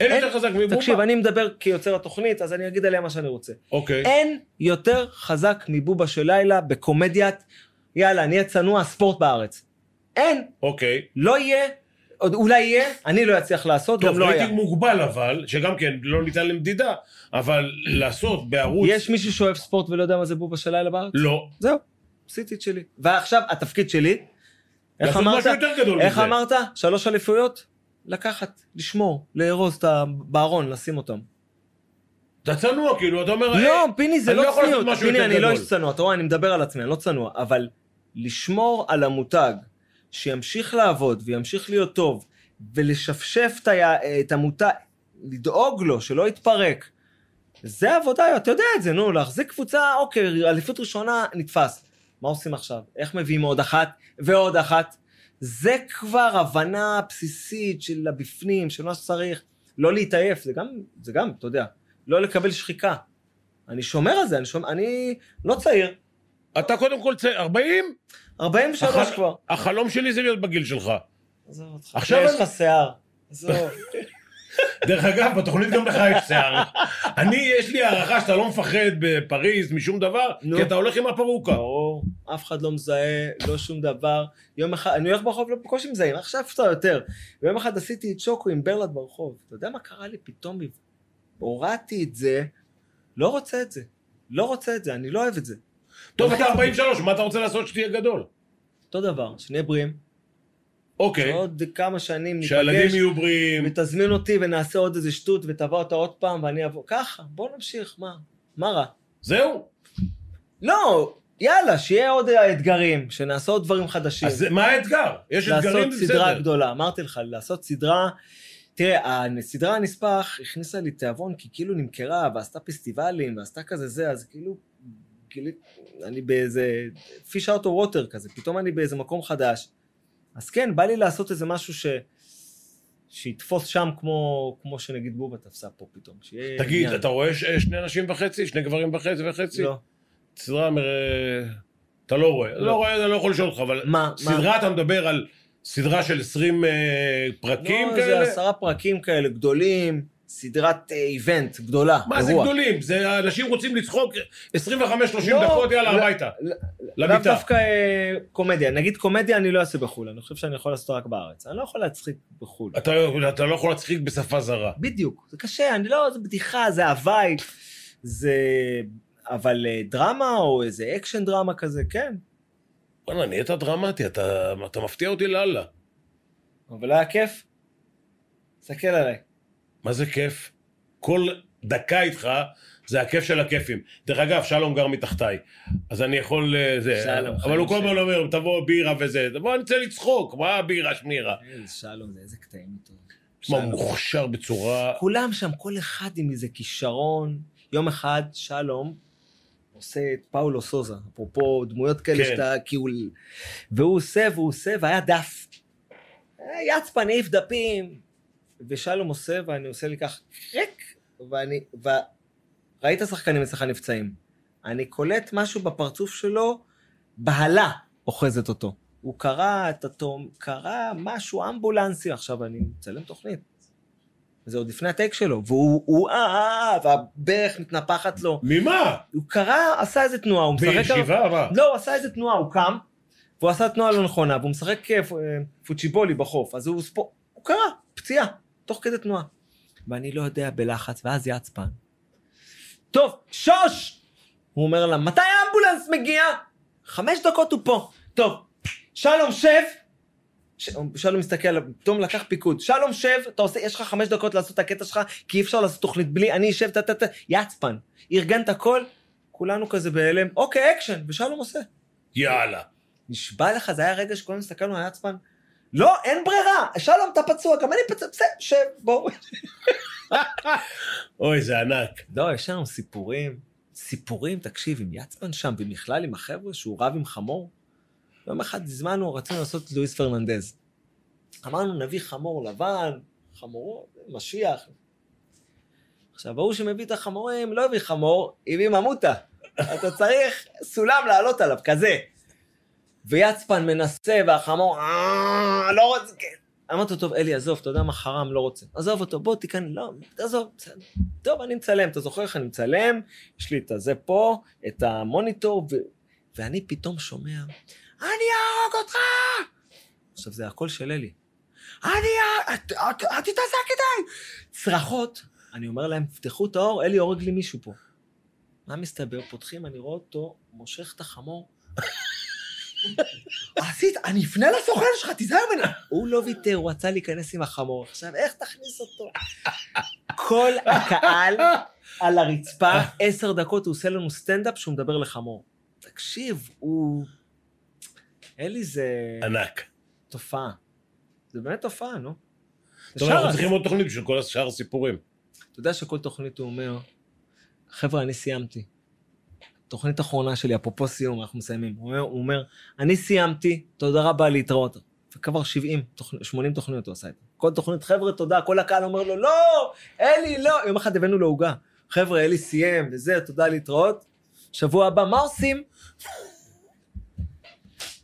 Speaker 1: אין
Speaker 2: אין-
Speaker 1: יותר חזק מבובה.
Speaker 2: תקשיב, אני מדבר כיוצר התוכנית, אז אני אגיד עליה מה שאני רוצה.
Speaker 1: אוקיי.
Speaker 2: אין יותר חזק מבובה של לילה בקומדיית, יאללה, נהיה צנוע, ספורט בארץ. אין,
Speaker 1: אוקיי.
Speaker 2: לא יהיה, עוד אולי יהיה, אני לא אצליח לעשות,
Speaker 1: טוב,
Speaker 2: גם לא היה.
Speaker 1: רייטינג מוגבל אבל, שגם כן לא ניתן למדידה, אבל לעשות בערוץ...
Speaker 2: יש מישהו שאוהב ספורט ולא יודע מה זה בובה של לילה בארץ?
Speaker 1: לא.
Speaker 2: זהו, עשיתי את שלי. ועכשיו, התפקיד שלי, איך
Speaker 1: לעשות
Speaker 2: אמרת?
Speaker 1: משהו יותר גדול מזה.
Speaker 2: איך אמרת? שלוש אליפויות? לקחת, לשמור, לארוז את ה- בארון, לשים אותם.
Speaker 1: אתה צנוע, כאילו, אתה אומר...
Speaker 2: לא, פיני זה
Speaker 1: אני לא
Speaker 2: לא
Speaker 1: יכול לעשות
Speaker 2: צניעות.
Speaker 1: משהו
Speaker 2: פיני,
Speaker 1: יותר
Speaker 2: אני לא
Speaker 1: גדול.
Speaker 2: איש צנוע, אתה רואה, אני מדבר על עצמי, אני לא צנוע, אבל לשמור על המותג, שימשיך לעבוד וימשיך להיות טוב, ולשפשף את ה- את המותג, לדאוג לו, שלא יתפרק. זה עבודה, אתה יודע את זה, נו, להחזיק קבוצה, אוקיי, אליפות ראשונה, נתפס. מה עושים עכשיו? איך מביאים עוד אחת ועוד אחת? זה כבר הבנה בסיסית של הבפנים, של מה שצריך. לא להתעייף, זה גם, זה גם, אתה יודע, לא לקבל שחיקה. אני שומר על זה, אני שומר, אני לא צעיר,
Speaker 1: "אה, אתה קודם כל צא... 40?
Speaker 2: 43
Speaker 1: אחת-
Speaker 2: כבר.
Speaker 1: החלום שלי זה להיות בגיל שלך.
Speaker 2: עזוב אותך.
Speaker 1: עכשיו
Speaker 2: יש
Speaker 1: אני-
Speaker 2: לך שיער. עזוב.
Speaker 1: דרך אגב, בתוכנית גם לך יש שיער. אני, יש לי הערכה שאתה לא מפחד בפריז משום דבר,
Speaker 2: נו.
Speaker 1: כי אתה הולך עם הפרוקה.
Speaker 2: <laughs> ברור, אף אחד לא מזהה, לא שום דבר. יום אחד, אני הולך ברחוב, לא בקושי מזהים, עכשיו קצת יותר. ויום אחד עשיתי את שוקו עם ברלד ברחוב. אתה יודע מה קרה לי? פתאום הורדתי את זה, לא רוצה את זה. לא רוצה את זה, אני לא אוהב את זה.
Speaker 1: טוב, אתה 43, מה אתה רוצה לעשות שתהיה גדול?
Speaker 2: אותו דבר, שנהיה בריאים.
Speaker 1: אוקיי.
Speaker 2: עוד כמה שנים
Speaker 1: שהילדים
Speaker 2: ניפגש,
Speaker 1: יהיו בריאים.
Speaker 2: ותזמין אותי ונעשה עוד איזה שטות ותבוא אותה עוד פעם ואני אבוא. ככה, בוא נמשיך, מה? מה רע?
Speaker 1: זהו.
Speaker 2: לא, יאללה, שיהיה עוד אתגרים, שנעשה עוד דברים חדשים.
Speaker 1: אז זה- מה האתגר? יש
Speaker 2: לעשות
Speaker 1: אתגרים, זה
Speaker 2: סדרה
Speaker 1: בסדר.
Speaker 2: גדולה, אמרתי לך, לעשות סדרה... תראה, הסדרה הנספח הכניסה לי תיאבון, כי כאילו נמכרה, ועשתה פסטיבלים, ועשתה כזה זה, אז כאילו, גילי, אני באיזה fish out of water כזה, פתאום אני באיזה מקום חדש. אז כן, בא לי לעשות איזה משהו ש... שיתפוס שם כמו, כמו שנגיד בובה תפסה פה פתאום. שיהיה
Speaker 1: תגיד,
Speaker 2: עניין.
Speaker 1: אתה רואה ש- אה, שני אנשים וחצי? שני גברים וחצי וחצי?
Speaker 2: לא.
Speaker 1: סדרה, מר- אתה לא רואה.
Speaker 2: לא.
Speaker 1: לא רואה, אני לא יכול לשאול אותך, אבל...
Speaker 2: מה, מה?
Speaker 1: סדרה, אתה מדבר על סדרה של 20 אה, פרקים
Speaker 2: לא,
Speaker 1: כאלה?
Speaker 2: זה עשרה פרקים כאלה גדולים, סדרת אה, איבנט גדולה,
Speaker 1: מה זה
Speaker 2: אירוע.
Speaker 1: גדולים? זה אנשים רוצים לצחוק 25-30
Speaker 2: לא,
Speaker 1: דקות, יאללה,
Speaker 2: לא,
Speaker 1: הביתה.
Speaker 2: לא, לאו
Speaker 1: למיטה.
Speaker 2: דווקא אה, קומדיה. נגיד קומדיה אני לא אעשה בחו"ל, אני חושב שאני יכול לעשות רק בארץ. אני לא יכול להצחיק בחו"ל.
Speaker 1: אתה אתה לא יכול להצחיק בשפה זרה.
Speaker 2: בדיוק, זה קשה, אני לא, זה בדיחה, זה הוואי. זה... אבל אה, דרמה או איזה אקשן דרמה כזה, כן.
Speaker 1: וואלה, נהיית דרמטי, אתה אתה מפתיע אותי לאללה.
Speaker 2: אבל היה כיף. תסתכל עליי.
Speaker 1: מה זה כיף? כל דקה איתך זה הכיף של הכיפים. דרך אגב, שלום גר מתחתיי, אז אני יכול... אה, זה,
Speaker 2: שלום,
Speaker 1: אבל הוא
Speaker 2: חיים
Speaker 1: כל הזמן
Speaker 2: שלום.
Speaker 1: אומר, תבוא בירה וזה, בוא אני רוצה לצחוק, מה הבירה שמירה?
Speaker 2: איזה שלום, זה איזה קטעים איתו.
Speaker 1: מה,
Speaker 2: שלום.
Speaker 1: מוכשר בצורה...
Speaker 2: כולם שם, כל אחד עם איזה כישרון. יום אחד, שלום, עושה את פאולו סוזה, אפרופו דמויות כאלה
Speaker 1: כן.
Speaker 2: שאתה, כי הוא... והוא עושה, והוא עושה, והיה דף. אה, יצפן העיף דפים, ושלום עושה, ואני עושה לי כך, קרק, ואני... ו... ראית שחקנים אצלך נפצעים. אני קולט משהו בפרצוף שלו, בהלה אוחזת אותו. הוא קרא את התום, קרא משהו אמבולנסי, עכשיו אני מצלם תוכנית. זה עוד לפני הטייק שלו, והוא הוא, אה, אה, אה, והברך מתנפחת לו.
Speaker 1: ממה?
Speaker 2: הוא קרא, עשה איזה תנועה, הוא משחק...
Speaker 1: בישיבה? מה?
Speaker 2: לא, הוא עשה איזה תנועה, הוא קם, והוא עשה תנועה לא נכונה, והוא משחק אה, פ- אה, פוצ'יבולי בחוף, אז הוא ספו... הוא קרא, פציעה, תוך כדי תנועה. ואני לא יודע בלחץ, ואז יצפן. טוב, שוש! הוא אומר לה, מתי האמבולנס מגיע? חמש דקות הוא פה. טוב, שלום שב! ש... שלום מסתכל עליו, פתאום לקח פיקוד. שלום שב, אתה עושה, יש לך חמש דקות לעשות את הקטע שלך, כי אי אפשר לעשות תוכנית בלי, אני אשב, טה טה טה, יצפן. ארגנת הכל, כולנו כזה בהלם, אוקיי, אקשן, ושלום עושה.
Speaker 1: יאללה.
Speaker 2: נשבע לך, זה היה רגע שכולנו הסתכלנו על עצמן, לא, אין ברירה, שלום, אתה פצוע, גם אני פצוע, בסדר, שב, בוא.
Speaker 1: אוי, זה ענק.
Speaker 2: לא, יש לנו סיפורים, סיפורים, תקשיב, עם יצמן שם, ובכלל עם החבר'ה שהוא רב עם חמור. יום אחד הזמנו, רצינו לעשות את לואיס פרננדז. אמרנו, נביא חמור לבן, חמורו, משיח. עכשיו, ההוא שמביא את החמורים, לא הביא חמור, הביא ממוטה. אתה צריך סולם לעלות עליו, כזה. ויצפן מנסה, והחמור, "אה, לא רוצה, כן. אמרתי לו, טוב, אלי, עזוב, אתה יודע מה חרם, לא רוצה. עזוב אותו, בוא תיקן, לא, עזוב, בסדר. טוב, אני מצלם, אתה זוכר איך אני מצלם? יש לי את הזה פה, את המוניטור, ו... ואני פתאום שומע, אני אהרוג אותך! עכשיו, זה הקול של אלי. אני אהרוג, אל תתעסק איתי! צרחות. אני אומר להם, פתחו את האור, אלי הורג לי מישהו פה. מה מסתבר? פותחים, אני רואה אותו, מושך את החמור. <laughs> עשית, אני אפנה לסוכן שלך, תיזהר ממנו. הוא לא ויתר, הוא רצה להיכנס עם החמור. עכשיו, איך תכניס אותו? כל הקהל על הרצפה, עשר דקות הוא עושה לנו סטנדאפ שהוא מדבר לחמור. תקשיב, הוא... אלי, זה
Speaker 1: ענק.
Speaker 2: תופעה. זה באמת תופעה, נו.
Speaker 1: טוב,
Speaker 2: שר-
Speaker 1: אנחנו צריכים עוד תוכנית בשביל כל שאר הסיפורים.
Speaker 2: אתה יודע שכל תוכנית הוא אומר, חבר'ה, אני סיימתי. תוכנית אחרונה שלי, אפרופו סיום, אנחנו מסיימים. הוא אומר, הוא אומר אני סיימתי, תודה רבה, להתראות. וכבר 70, תוכנ- 80 תוכניות הוא עשה את זה. כל תוכנית, חבר'ה, תודה, כל הקהל אומר לו, לא, אלי, לא. יום אחד הבאנו לו עוגה. חבר'ה, אלי סיים, וזה, תודה, להתראות. שבוע הבא, מה עושים?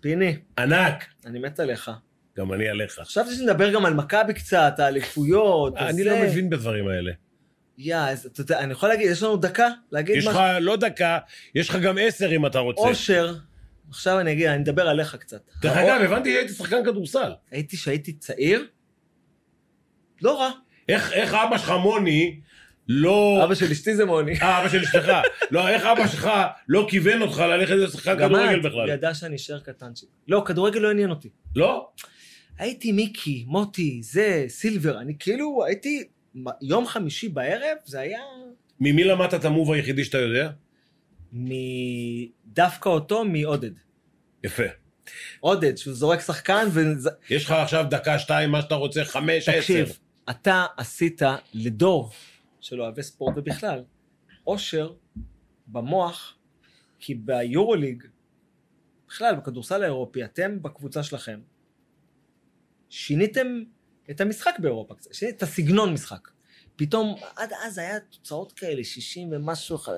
Speaker 2: פיני,
Speaker 1: ענק.
Speaker 2: אני מת עליך.
Speaker 1: גם אני עליך.
Speaker 2: עכשיו שנדבר גם על מכבי קצת, האליפויות,
Speaker 1: אני
Speaker 2: וזה.
Speaker 1: לא מבין בדברים האלה.
Speaker 2: יא, אז אתה יודע, אני יכול להגיד, יש לנו דקה להגיד
Speaker 1: יש לך
Speaker 2: משהו?
Speaker 1: לא דקה, יש לך גם עשר אם אתה רוצה.
Speaker 2: אושר, עכשיו אני אגיד, אני אדבר עליך קצת.
Speaker 1: דרך
Speaker 2: האו-
Speaker 1: אגב, הבנתי שהייתי שחקן כדורסל.
Speaker 2: הייתי שהייתי צעיר, לא רע.
Speaker 1: איך איך אבא שלך מוני לא...
Speaker 2: אבא של אשתי זה מוני.
Speaker 1: אה, אבא של אשתך. לא, איך אבא שלך לא כיוון אותך ללכת לשחקן <laughs>
Speaker 2: גם
Speaker 1: כדורגל
Speaker 2: את, הוא
Speaker 1: בכלל?
Speaker 2: ידע שאני אשאר קטנצ'יק. לא, כדורגל לא עניין אותי.
Speaker 1: לא?
Speaker 2: הייתי מיקי, מוטי, זה, סילבר, אני כאילו, הייתי, מ- יום חמישי בערב, זה היה
Speaker 1: ממי למדת את המוב היחידי שאתה יודע?
Speaker 2: מ- דווקא אותו מעודד.
Speaker 1: יפה.
Speaker 2: עודד, שהוא זורק שחקן, וז-
Speaker 1: יש לך עכשיו דקה, שתיים, מה שאתה רוצה, חמש, עשר.
Speaker 2: תקשיב, אתה עשית לדור של אוהבי ספורט ובכלל, אושר במוח, כי ביורוליג, בכלל, בכדורסל האירופי, אתם בקבוצה שלכם, שיניתם את המשחק באירופה קצת, שיניתם את הסגנון משחק. פתאום, עד אז היה תוצאות כאלה, 60 ומשהו, אחר.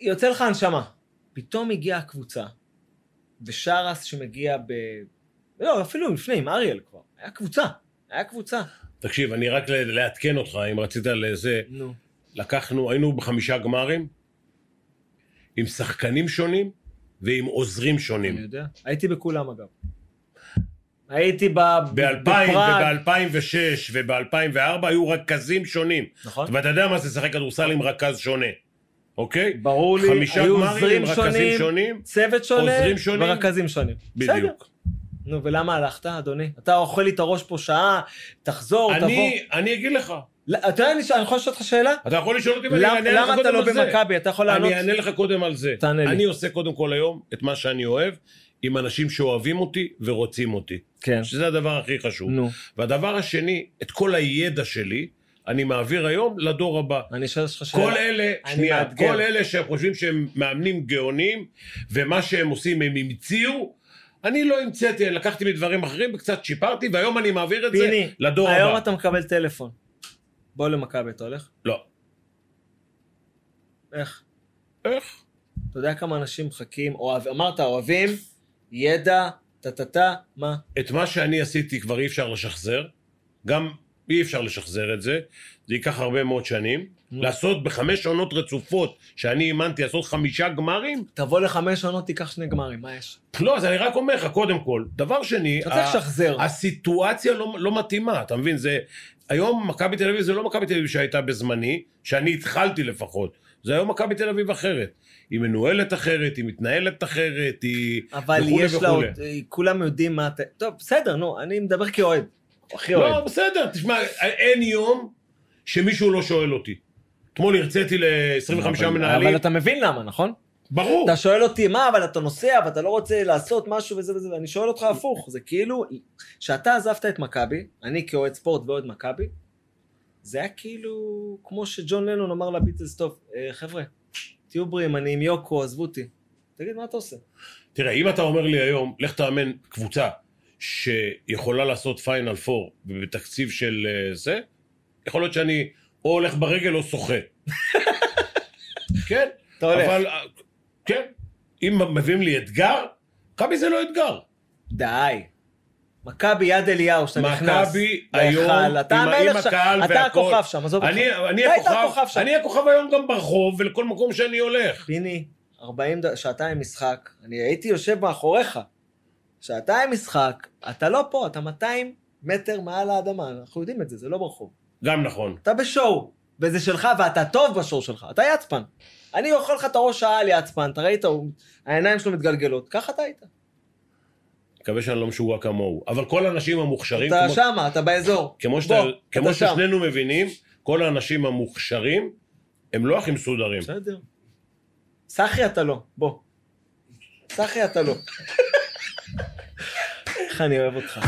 Speaker 2: יוצא לך הנשמה. פתאום הגיעה הקבוצה, ושרס שמגיע ב... לא, אפילו לפני, עם אריאל כבר. היה קבוצה, היה קבוצה.
Speaker 1: תקשיב, אני רק ל- לעדכן אותך, אם רצית לזה,
Speaker 2: נו.
Speaker 1: לקחנו, היינו בחמישה גמרים, עם שחקנים שונים ועם עוזרים
Speaker 2: אני
Speaker 1: שונים.
Speaker 2: יודע. הייתי בכולם, אגב. הייתי ב...
Speaker 1: ב-2000 וב-2006 וב-2004 היו רכזים שונים.
Speaker 2: נכון.
Speaker 1: ואתה יודע מה זה לשחק כדורסל עם רכז שונה, אוקיי?
Speaker 2: ברור לי,
Speaker 1: חמישה
Speaker 2: היו
Speaker 1: גמרים
Speaker 2: עוזרים
Speaker 1: עם רכזים
Speaker 2: שונים,
Speaker 1: שונים,
Speaker 2: צוות שונה,
Speaker 1: עוזרים שונים.
Speaker 2: ורכזים שונים. בסדר.
Speaker 1: בדיוק.
Speaker 2: נו, ולמה הלכת, אדוני? אתה אוכל לי את הראש פה שעה, תחזור, תבוא.
Speaker 1: אני, אני אגיד לך,
Speaker 2: לא, אתה יודע, אני אני יכול לשאול אותך שאלה?
Speaker 1: אתה יכול לשאול אותי ואני
Speaker 2: למה
Speaker 1: אענה לך
Speaker 2: למה אתה
Speaker 1: קודם
Speaker 2: לא
Speaker 1: על זה.
Speaker 2: במכבי? אתה יכול לענות?
Speaker 1: אני אענה לך קודם על זה.
Speaker 2: תענה לי.
Speaker 1: אני עושה קודם כל היום את מה שאני אוהב, עם אנשים שאוהבים אותי ורוצים אותי.
Speaker 2: כן.
Speaker 1: שזה הדבר הכי חשוב.
Speaker 2: נו.
Speaker 1: והדבר השני, את כל הידע שלי, אני מעביר היום לדור הבא.
Speaker 2: אני אשאל אותך שאלה.
Speaker 1: כל אלה,
Speaker 2: אני
Speaker 1: שנייה,
Speaker 2: מאתגר.
Speaker 1: כל אלה שחושבים שהם מאמנים גאונים, ומה שהם עושים הם המציאו, אני לא המצאתי, אני לקחתי מדברים אחרים וקצת שיפרתי, והיום אני מעביר את זה לא,
Speaker 2: פיני,
Speaker 1: לדור הבא.
Speaker 2: היום אתה מקבל טלפון. בוא למכבי, אתה הולך?
Speaker 1: לא.
Speaker 2: איך?
Speaker 1: איך?
Speaker 2: אתה יודע כמה אנשים מחכים, אוהב, אמרת אוהבים, ידע, טה-טה-טה, מה?
Speaker 1: את מה שאני עשיתי כבר אי אפשר לשחזר, גם אי אפשר לשחזר את זה, זה ייקח הרבה מאוד שנים. לעשות בחמש עונות רצופות, שאני אימנתי לעשות חמישה גמרים,
Speaker 2: תבוא לחמש עונות, תיקח שני גמרים, מה יש?
Speaker 1: לא, אז אני רק אומר לך, קודם כל. דבר שני,
Speaker 2: אתה צריך
Speaker 1: ה-
Speaker 2: לשחזר.
Speaker 1: הסיטואציה לא, לא מתאימה, אתה מבין? זה... היום מכבי תל אביב זה לא מכבי תל אביב שהייתה בזמני, שאני התחלתי לפחות. זה היום מכבי תל אביב אחרת. היא מנוהלת אחרת, היא מתנהלת אחרת, היא...
Speaker 2: אבל
Speaker 1: וכולי
Speaker 2: יש לה עוד, אה,
Speaker 1: וכולי.
Speaker 2: כולם יודעים מה אתה... טוב, בסדר, נו, אני מדבר כאוהד. הכי
Speaker 1: לא,
Speaker 2: אוהד.
Speaker 1: בסדר, תשמע, אין יום שמישהו לא שואל אותי. אתמול הרציתי ל-25
Speaker 2: אבל-
Speaker 1: מנהלים,
Speaker 2: אבל אתה מבין למה, נכון?
Speaker 1: ברור.
Speaker 2: אתה שואל אותי, מה, אבל אתה נוסע ואתה לא רוצה לעשות משהו וזה וזה, ואני שואל אותך הפוך. זה כאילו, כשאתה עזבת את מכבי, אני כאוהד ספורט ואוהד מכבי, זה היה כאילו, כמו שג'ון לנון אמר לביטלס, טוב, אה, חבר'ה, תהיו בריאים, אני עם יוקו, עזבו אותי. תגיד, מה אתה עושה?
Speaker 1: תראה, אם אתה אומר לי היום, לך תאמן קבוצה שיכולה לעשות פיינל פור בתקציב של אה, זה, יכול להיות שאני או הולך ברגל או שוחה.
Speaker 2: <laughs>
Speaker 1: כן,
Speaker 2: אתה הולך.
Speaker 1: אבל... אה, כן. אם מביאים לי אתגר, מכבי זה לא אתגר.
Speaker 2: די. מכבי יד אליהו, שאתה נכנס.
Speaker 1: מכבי
Speaker 2: בהיכל,
Speaker 1: היום,
Speaker 2: אתה
Speaker 1: עם-
Speaker 2: המלך
Speaker 1: עם
Speaker 2: שם,
Speaker 1: הקהל
Speaker 2: אתה
Speaker 1: והכל.
Speaker 2: הכוכב שם, עזוב אותך.
Speaker 1: אני, אני,
Speaker 2: אתה היית הכוכב
Speaker 1: הכוכב,
Speaker 2: שם.
Speaker 1: אני הכוכב היום גם ברחוב ולכל מקום שאני הולך.
Speaker 2: פיני, 40 ד... שעתיים משחק, אני הייתי יושב מאחוריך. שעתיים משחק, אתה לא פה, אתה 200 מטר מעל האדמה, אנחנו יודעים את זה, זה לא ברחוב.
Speaker 1: גם נכון.
Speaker 2: אתה בשואו, וזה שלך, ואתה טוב בשואו שלך, אתה יצפן. אני אוכל לך את הראש שעה על יצפן, אתה ראית, הוא- העיניים שלו מתגלגלות, ככה אתה היית.
Speaker 1: מקווה שאני לא משוגע כמוהו. אבל כל האנשים המוכשרים,
Speaker 2: אתה
Speaker 1: כמו
Speaker 2: שמה, אתה באזור.
Speaker 1: כמו, שאתה,
Speaker 2: בוא,
Speaker 1: כמו
Speaker 2: אתה שם.
Speaker 1: ששנינו מבינים, כל האנשים המוכשרים הם לא הכי מסודרים.
Speaker 2: בסדר. סחי אתה לא, בוא.
Speaker 1: <laughs>
Speaker 2: סחי אתה לא. איך אני אוהב אותך.